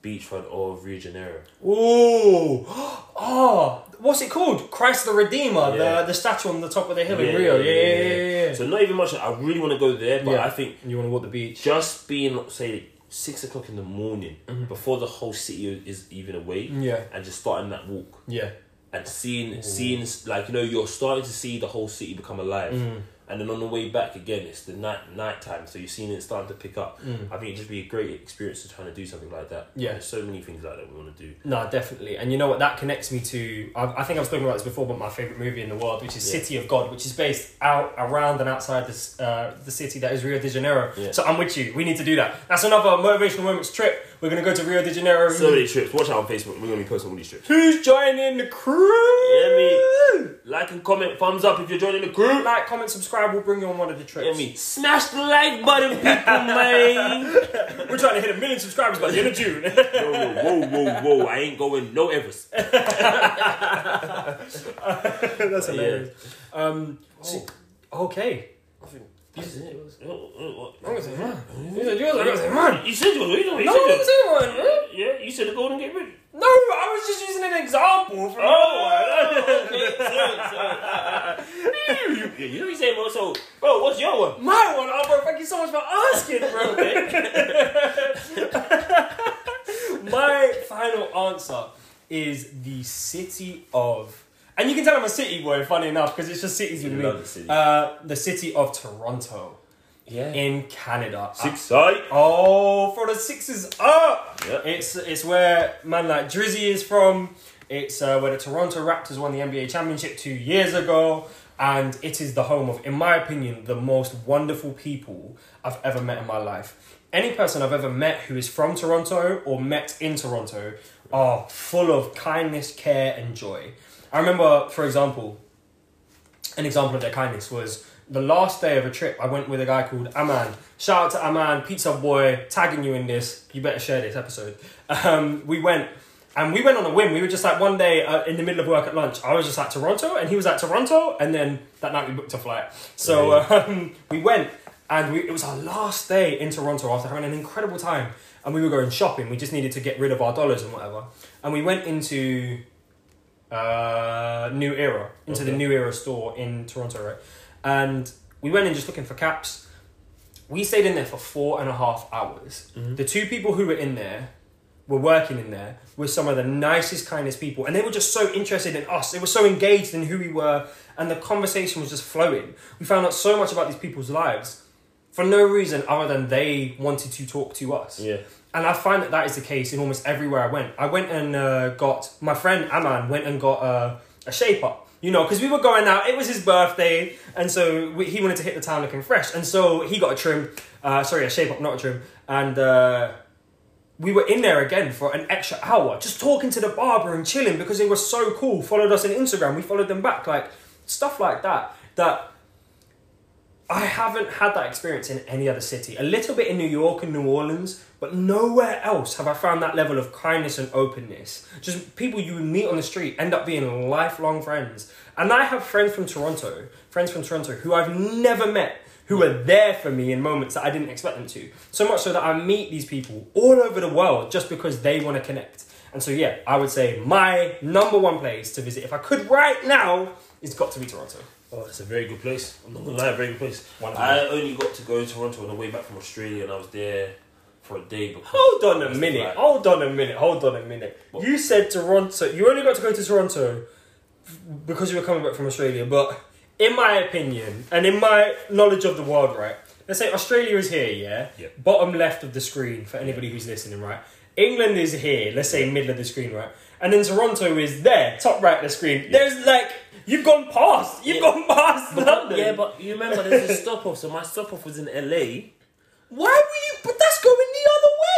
beachfront of Rio de Janeiro. Ooh, oh, what's it called? Christ the Redeemer, Yeah. the the statue on the top of the hill in Yeah, Rio. Yeah, yeah, yeah, yeah. yeah, yeah, yeah. So not even much. I really want to go there, but Yeah. I think you want to walk the beach? just being say six o'clock in the morning before the whole city is even awake, Mm-hmm. Yeah, and just starting that walk yeah, and seeing Mm. seeing like you know you're starting to see the whole city become alive. Mm. And then on the way back again, it's the night night time, so you're seeing it starting to pick up. mm. I think it'd just be a great experience to trying to do something like that. Yeah. there's so many things like that we want to do. No, definitely. And you know what? That connects me to. I, I think I've spoken about this before, but my favorite movie in the world, which is Yeah. City of God, which is based out around and outside this uh, the city that is Rio de Janeiro. Yeah. So I'm with you. We need to do that. That's another motivational moments trip. We're gonna go to Rio de Janeiro. So many trips. Watch out on Facebook. We're gonna be posting all these trips. Who's joining the crew? Yeah, me. Like and comment, thumbs up if you're joining the group. Like, comment, subscribe. We'll bring you on one of the Yeah, trips. me. Smash the like button, people, man. We're trying to hit a million subscribers by the end of June. Whoa, whoa, whoa, whoa, whoa! I ain't going no Everest. That's Yeah. hilarious. Um, so- okay. I think that's it. Oh, oh, I oh. was like, man. I was like, man. You said you were. You know, you No, said you- I wasn't saying one. Yeah, you said the Golden Gate Bridge. No, I was just using an example. From yeah, you know you say, bro. So, bro, what's your one? my one. Oh, bro, thank you so much for asking, bro. my final answer is the city of, and you can tell I'm a city boy. Funny enough, because it's just cities with You me. love the city. Uh, the city of Toronto Yeah, in Canada. six side. Oh, for the sixes up! Yeah. It's it's where man like Drizzy is from. It's uh, where the Toronto Raptors won the NBA championship two years ago, and it is the home of, in my opinion, the most wonderful people I've ever met in my life. Any person I've ever met who is from Toronto or met in Toronto are full of kindness, care, and joy. I remember, for example, an example of their kindness was the last day of a trip. I went with a guy called Aman. Shout out to Aman, pizza boy, tagging you in this. You better share this episode. Um, we went. And we went on a whim. We were just like one day uh, in the middle of work at lunch. I was just at Toronto, and he was at Toronto. And then that night we booked a flight. So Yeah, um, we went, and we, it was our last day in Toronto after having an incredible time. And we were going shopping. We just needed to get rid of our dollars and whatever. And we went into uh, New Era, into the Okay. New Era store in Toronto, right? And we went in just looking for caps. We stayed in there for four and a half hours. The two people who were in there were working in there were some of the nicest, kindest people, and they were just so interested in us. They were so engaged in who we were, and the conversation was just flowing. We found out so much about these people's lives for no reason other than they wanted to talk to us. Yeah, And I find that that is the case in almost everywhere I went. I went and uh, got my friend Aman went and got uh, a shape up. You know, because we were going out. It was his birthday, and so we, he wanted to hit the town looking fresh. And so he got a trim. Uh, sorry, a shape up, not a trim. And uh, we were in there again for an extra hour, just talking to the barber and chilling because they were so cool. Followed us on Instagram. We followed them back, like stuff like that. That I haven't had that experience in any other city. A little bit in New York and New Orleans, but nowhere else have I found that level of kindness and openness. Just people you meet on the street end up being lifelong friends. And I have friends from Toronto, friends from Toronto who I've never met, who are there for me in moments that I didn't expect them to. So much so that I meet these people all over the world just because they want to connect. And so, yeah, I would say my number one place to visit, if I could right now, it's got to be Toronto. Oh, it's a very good place. I'm not gonna lie, very good place. Wonderful. I only got to go to Toronto on the way back from Australia, and I was there for a day. Because Hold on I a was minute. like- Hold on a minute. Hold on a minute. What? You said Toronto. You only got to go to Toronto f- because you were coming back from Australia. But in my opinion and in my knowledge of the world, right? Let's say Australia is here, yeah. Yeah. Bottom left of the screen for anybody who's listening, right? England is here. Let's say middle of the screen, right? And then Toronto is there, top right of the screen. There's like you've gone past. You've Yeah. gone past London. yeah, but you remember there's a stop off. So my stop off was in LA. why were you? But that's going the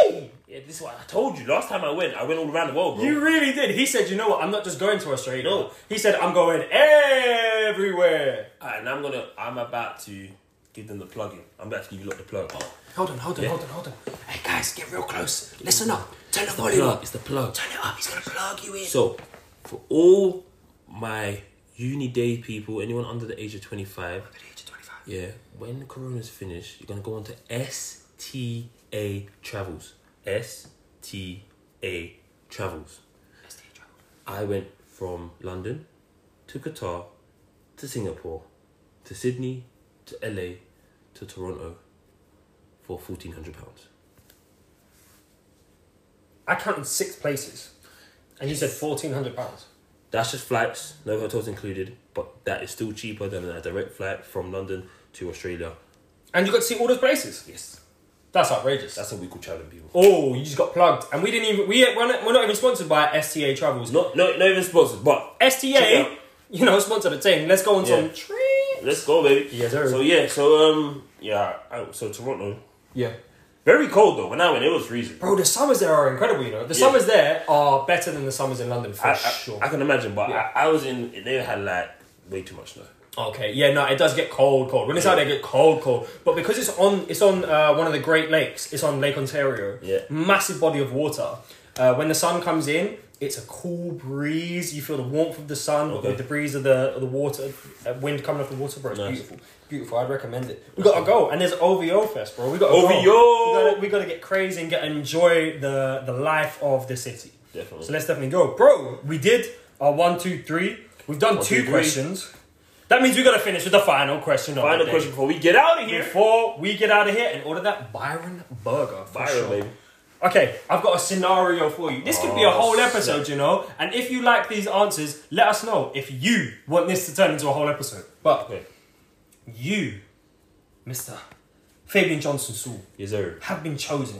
other way. Yeah, this is what I told you last time I went. I went all around the world, bro. You really did. He said, you know what? I'm not just going to Australia. No. He said, I'm going everywhere. Alright, and I'm gonna. I'm about to give them the plug in. I'm about to give you lot the plug. Hold on, hold on, Yeah. hold on, hold on. Hey, guys, get real close. Listen up. Turn the The volume plug. up. It's the plug. Turn it up. He's going to plug you in. So, for all my uni day people, anyone under the age of twenty five, At the age of 25. Yeah, when Corona's finished, you're gonna go on to STA Travels. STA Travels. I went from London to Qatar to Singapore to Sydney to LA to Toronto for fourteen hundred pounds. I counted six places. And you said £1,400. pounds. That's just flights, no hotels included, but that is still cheaper than a direct flight from London to Australia. And you got to see all those places. Yes. That's outrageous. That's what we call traveling people. oh, you just got plugged. And we didn't even, we, we're, not, we're not even sponsored by STA Travels. Not no not even sponsored, but Check it STA, out. you know, sponsor the team. Let's go on Yeah. some trip. Let's go, baby. Yes, sir. So yeah, so um, yeah. I, so Toronto, Yeah. very cold though. When I went, it was freezing. Bro, the summers there are incredible, you know. The Yeah. summers there are better than the summers in London for I, I, sure. I can imagine, but Yeah. I, I was in. They had like way too much snow. okay, yeah, no, it does get cold, cold. When it's out there, it get cold, cold. But because it's on, it's on uh, one of the Great Lakes. It's on Lake Ontario. Yeah. massive body of water. Uh, when the sun comes in, it's a cool breeze. You feel the warmth of the sun but Okay. with the breeze of the of the water, uh, wind coming off the water, bro. It's Nice. beautiful, beautiful. I'd recommend it. We gotta go, and there's OVO Fest, bro. We gotta go. OVO! We gotta, we gotta get crazy and get enjoy the the life of the city. Definitely. So let's definitely go, bro. We did our one, two, three. We've done One, two two, three. questions. That means we gotta finish with the final question. of the Final day. question before we get out of here. Before we get out of here and order that Byron burger. For Byron, sure. baby. Okay, I've got a scenario for you. This could be a Oh, whole shit. episode, you know. And if you like these answers, let us know if you want this to turn into a whole episode. But Okay. you, Mr. Fabian Johnson Sewell, Yes, sir. have been chosen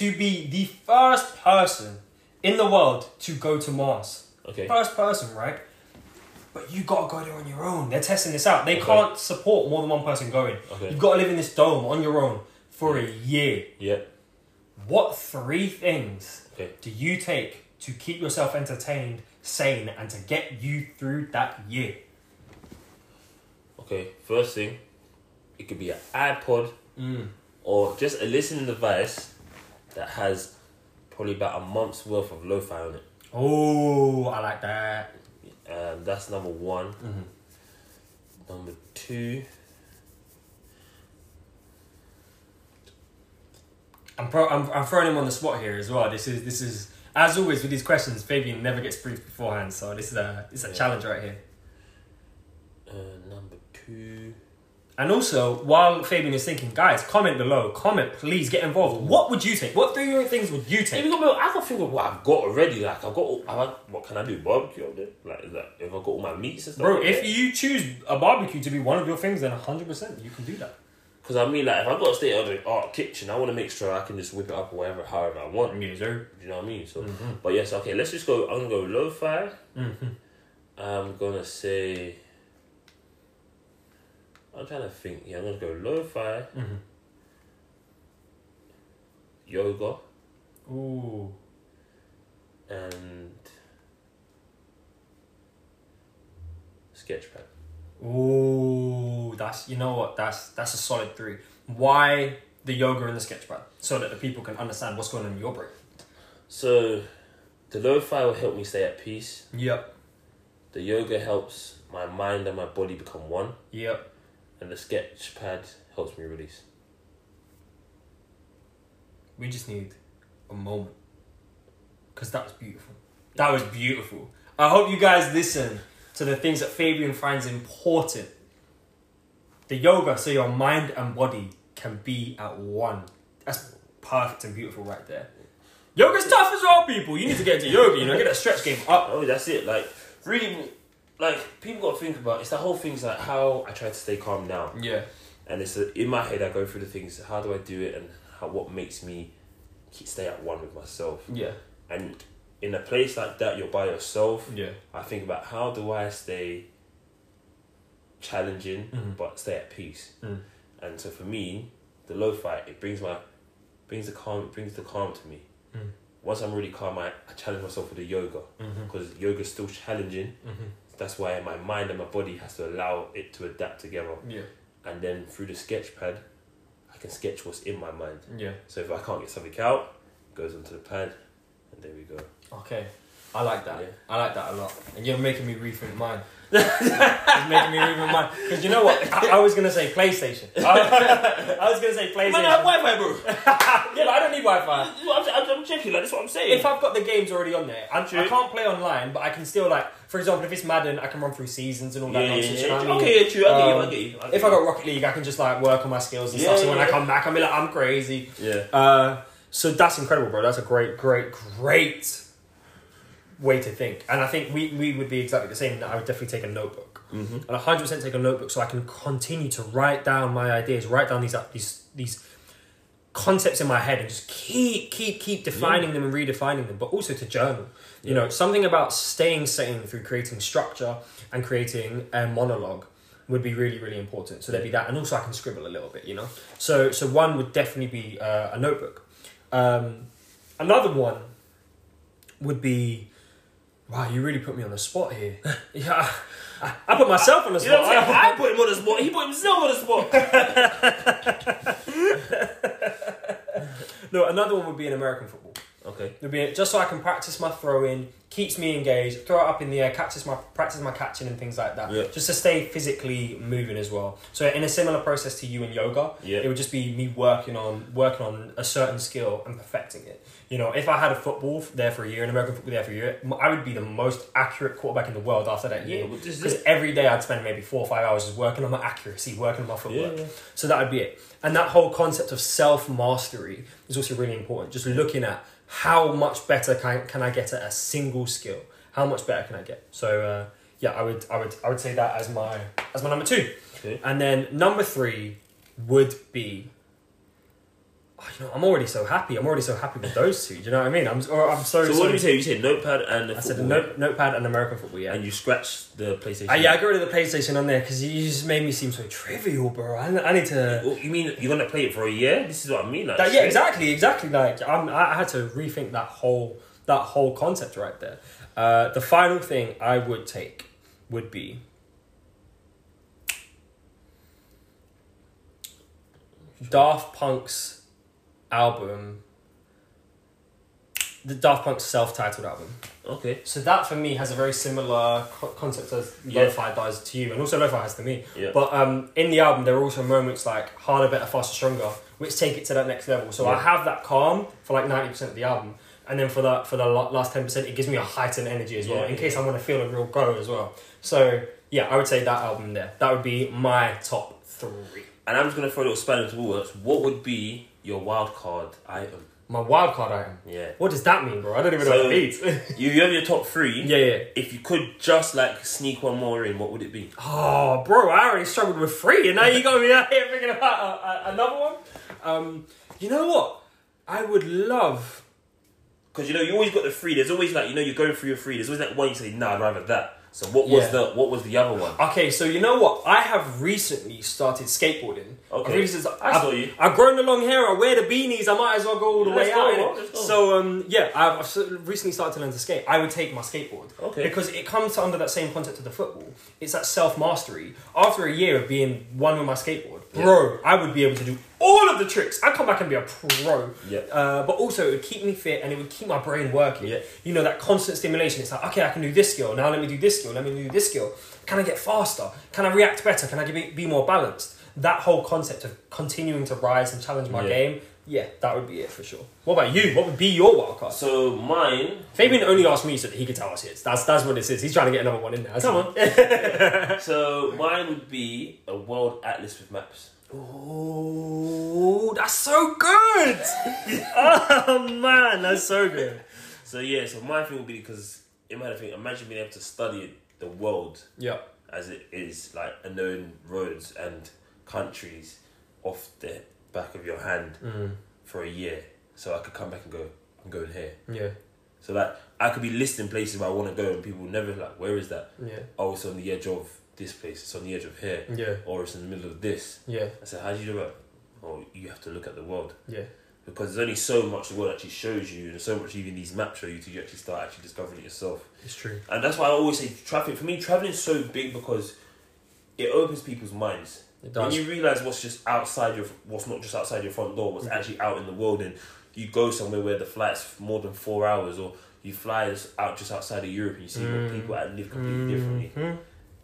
to be the first person in the world to go to Mars. Okay. First person, right? But you gotta go there on your own. They're testing this out. They Okay. can't support more than one person going. Okay. You've gotta live in this dome on your own for a year. Yeah. What three things Okay. do you take to keep yourself entertained, sane, and to get you through that year? Okay. First thing, it could be an iPod or just a listening device that has probably about a month's worth of lo-fi on it. Oh, I like that. Um, that's number one. Number two. I'm, pro- I'm I'm throwing him on the spot here as well. This is this is as always with these questions, Fabian never gets briefed beforehand, so this is a it's a Yeah. challenge right here. Uh, number two. And also, while Fabian is thinking, guys, comment below, comment, please get involved. What would you take? What three things would you If take? you got me, I can think of what I've got already. Like I've got, all, I like, what can I do? Barbecue on there. Like, is that, if I got all my meats and stuff. Bro, if you choose a barbecue to be one of your things, then 100% you can do that. Because I mean, like, if I've got a state of the art kitchen, I want to make sure I can just whip it up or whatever, however I want. Yeah, sir. You know what I mean? So, Mm-hmm. but yes, okay. Let's just go. I'm gonna go low fi. I'm gonna say. I'm trying to think. Yeah, I'm gonna go low fi. Mm-hmm. Yoga Ooh. and sketchpad. Ooh, that's you know what? That's that's a solid three. Why the yoga and the sketchpad? So that the people can understand what's going on in your brain. So, the low fi will help me stay at peace. Yep. The yoga helps my mind and my body become one, Yep. and the sketchpad helps me release. We just need a moment. Cause that was beautiful. That was beautiful. I hope you guys listen to the things that Fabian finds important. The yoga, so your mind and body can be at one. That's perfect and beautiful right there. Yoga's tough as well, people. You need to get into yoga, you know, get that stretch game up. Oh, that's it. Like, really, like people got to think about. It's the whole thing's like how I try to stay calm now, Yeah. and it's uh, in my head. I go through the things. How do I do it, and how what makes me keep, stay at one with myself? Yeah. And in a place like that, you're by yourself. Yeah. I think about how do I stay challenging but stay at peace. Mm. And so for me, the low fight it brings my brings the calm it brings the calm to me. Mm. Once I'm really calm, I, I challenge myself with the yoga Mm-hmm. because yoga's still challenging. That's why my mind and my body has to allow it to adapt together. Yeah. And then through the sketch pad, I can sketch what's in my mind. Yeah. So if I can't get something out, it goes onto the pad, and there we go. Okay. I like that. Yeah. I like that a lot. And you're making me rethink mine. It's making me rethink mine. Because you know what? I, I was going to say PlayStation. I, was going to say PlayStation. Man, I have Wi-Fi, Uh, bro. yeah, but I don't need Wi Fi. I'm, I'm, I'm checking. Like that's what I'm saying. If I've got the games already on there, I, I True. can't play online, but I can still, like, for example, if it's Madden, I can run through seasons and all that Yeah, yeah, nonsense. yeah, you know what I yeah. mean? Okay, yeah, true. I get you, I Um, get you, I get If I you. got Rocket League, I can just, like, work on my skills and Yeah, stuff. So when yeah, I yeah. come back, I'm like, I'm crazy. Uh, so that's incredible, bro. That's a great, great, great way to think. And I think we, we would be exactly the same. That I would definitely take a notebook. Mm-hmm. I'll 100% take a notebook so I can continue to write down my ideas, write down these, these, these concepts in my head and just keep, keep, keep defining them and redefining them, but also to journal. You know, something about staying sane through creating structure and creating a monologue would be really, really important. So there'd be that. And also I can scribble a little bit, you know? So, so one would definitely be uh, a notebook. Um, another one would be wow you really put me on the spot here yeah I, I put myself on the You know spot what I'm saying? I put him on the spot. He put himself on the spot. no another one would be in american football okay. It'd be just so I can practice my throw in, keeps me engaged, throw it up in the air, catches my practice my catching and things like that. Yeah. Just to stay physically moving as well. So in a similar process to you in yoga, Yeah. it would just be me working on working on a certain skill and perfecting it. You know, if I had a football f- there for a year, an American football there for a year, m- I would be the most accurate quarterback in the world after that Yeah, year. well, this is Because every day I'd spend maybe four or five hours just working on my accuracy, working on my footwork. Yeah, yeah. So that would be it. And that whole concept of self mastery is also really important. Just looking at how much better can, can I get at a single skill? How much better can I get? So uh, yeah, I would I would I would say that as my as my number two. Okay. And then number three would be. Oh, you know, I'm already so happy. I'm already so happy with those two. Do you know what I mean? I'm or I'm so. So what did you say? You said notepad and the I said football, a note, notepad and American football. Yeah. and you scratched the PlayStation. Uh, yeah, I got rid of the PlayStation on there because you just made me seem so trivial, bro. I, I need to. Well, Oh, you mean you're gonna play it for a year? This is what I mean. Like, That, yeah, shit. exactly, exactly. Like I'm, I I had to rethink that whole that whole concept right there. Uh, the final thing I would take would be. Daft Punk's album, the Daft Punk's self-titled album. Okay. So that for me has a very similar co- concept as Yeah. Lo-Fi does to you, and also Lo-Fi has to me. Yeah. But um, in the album, there are also moments like harder, better, faster, stronger, which take it to that next level. So I Yeah. have that calm for like ninety percent of the album, and then for the for the la- last ten percent, it gives me a heightened energy as well, Yeah, in yeah. case I want to feel a real go as well. So yeah, I would say that album there. That would be my top three. And I'm just gonna throw a little spanner into the works. What would be your wild card item? My wild card item. Yeah. What does that mean, bro? I don't even know So- what it means. You, you have your top three. yeah, yeah. If you could just like sneak one more in, what would it be? Oh, bro, I already struggled with three, and now you got me out here thinking about a, a, another one. Um, you know what? I would love. Because you know you always got the three. There's always like you know you're going through your three. There's always that one you say, nah, I'd rather that. So what was Yeah. the what was the other one? Okay, so you know what? I have recently started skateboarding. Okay. I've, recently- I I've- saw you. I've grown the long hair. I wear the beanies. I might as well go all the Let's way go, out. bro. innit? Let's go. So um, yeah, I've, I've sort of recently started to learn to skate. I would take my skateboard. Okay. Because it comes under that same concept of the football. It's that self mastery. After a year of being one with my skateboard, bro, I would be able to do all of the tricks. I'd come back and be a pro. Yeah. Uh, but also, it would keep me fit and it would keep my brain working. Yeah. You know, that constant stimulation. It's like, okay, I can do this skill. Now let me do this skill. Let me do this skill. Can I get faster? Can I react better? Can I be, be more balanced? That whole concept of continuing to rise and challenge my Yeah. game, yeah, that would be it for sure. What about you? What would be your wild card? So mine. Fabian only asked me so that he could tell us his. That's that's what this is. He's trying to get another one in there. Come on. So mine would be a world atlas with maps. Oh, that's so good. oh man, that's so good. So yeah, so my thing would be because in my thing, imagine being able to study the world Yeah. as it is, like and knowing roads and countries off the back of your hand Mm. for a year. So I could come back and go, I'm going here. Yeah. So like I could be listing places where I want to go and people never like, where is that? Yeah. Oh, it's on the edge of this place. It's on the edge of here. Yeah. Or it's in the middle of this. Yeah. I said, how do you do that? Oh, you have to look at the world Yeah. because there's only so much the world actually shows you, and so much even these maps show you to you actually start actually discovering it yourself. It's true. And that's why I always say traveling. For me, traveling is so big because it opens people's minds. It When does. you realize what's just outside your, what's not just outside your front door, what's Mm-hmm. actually out in the world, and you go somewhere where the flight's more than four hours, or you fly us out just outside of Europe and you see what Mm. people that live completely differently. Mm-hmm.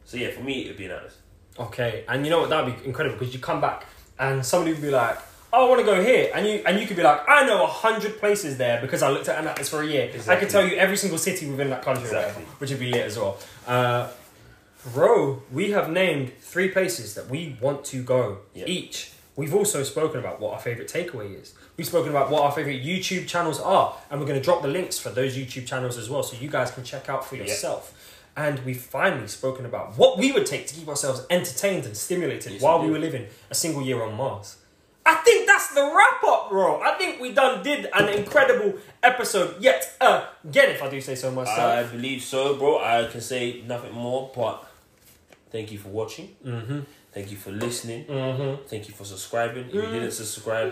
So yeah, for me, it'd be an atlas. Okay, and you know what? That'd be incredible because you come back and somebody would be like, "Oh, I want to go here," and you and you could be like, "I know a hundred places there because I looked at an atlas for a year. I Exactly. could tell you every single city within that country, or whatever, Exactly. which would be lit as well." Uh, bro, we have named three places that we want to go Yeah. each. We've also spoken about what our favorite takeaway is. We've spoken about what our favorite YouTube channels are, and we're going to drop the links for those YouTube channels as well, so you guys can check out for yourself. And we've finally spoken about what we would take to keep ourselves entertained and stimulated Yes, while we we did. were living a single year on Mars. I think that's the wrap up, bro. I think we done did an incredible episode yet again, if I do say so myself. I believe so, bro. I can say nothing more, but thank you for watching. Mm-hmm. Thank you for listening. Mm-hmm. Thank you for subscribing. If you didn't subscribe,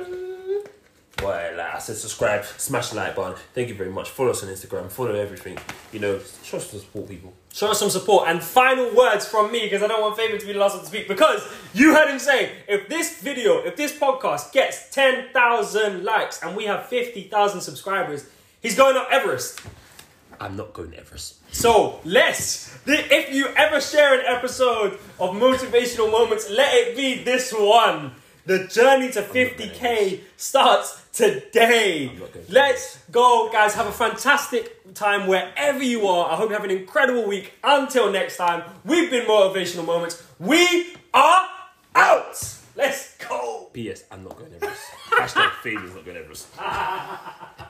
well, like I said, subscribe, smash the like button. Thank you very much. Follow us on Instagram. Follow everything. You know, show us some support, people. Show us some support and final words from me because I don't want Fabian to be the last one to speak because you heard him say if this video, if this podcast gets 10,000 likes and we have 50,000 subscribers, he's going up Everest. I'm not going to Everest. So, let's, if you ever share an episode of motivational moments, let it be this one. The journey to 50k starts today. I'm not going to Let's go, guys. Have a fantastic time wherever you are. I hope you have an incredible week. Until next time, we've been Motivational Moments. We are out. Let's go. P.S. I'm not going to Everest. Hashtag Fabian's not going to Everest.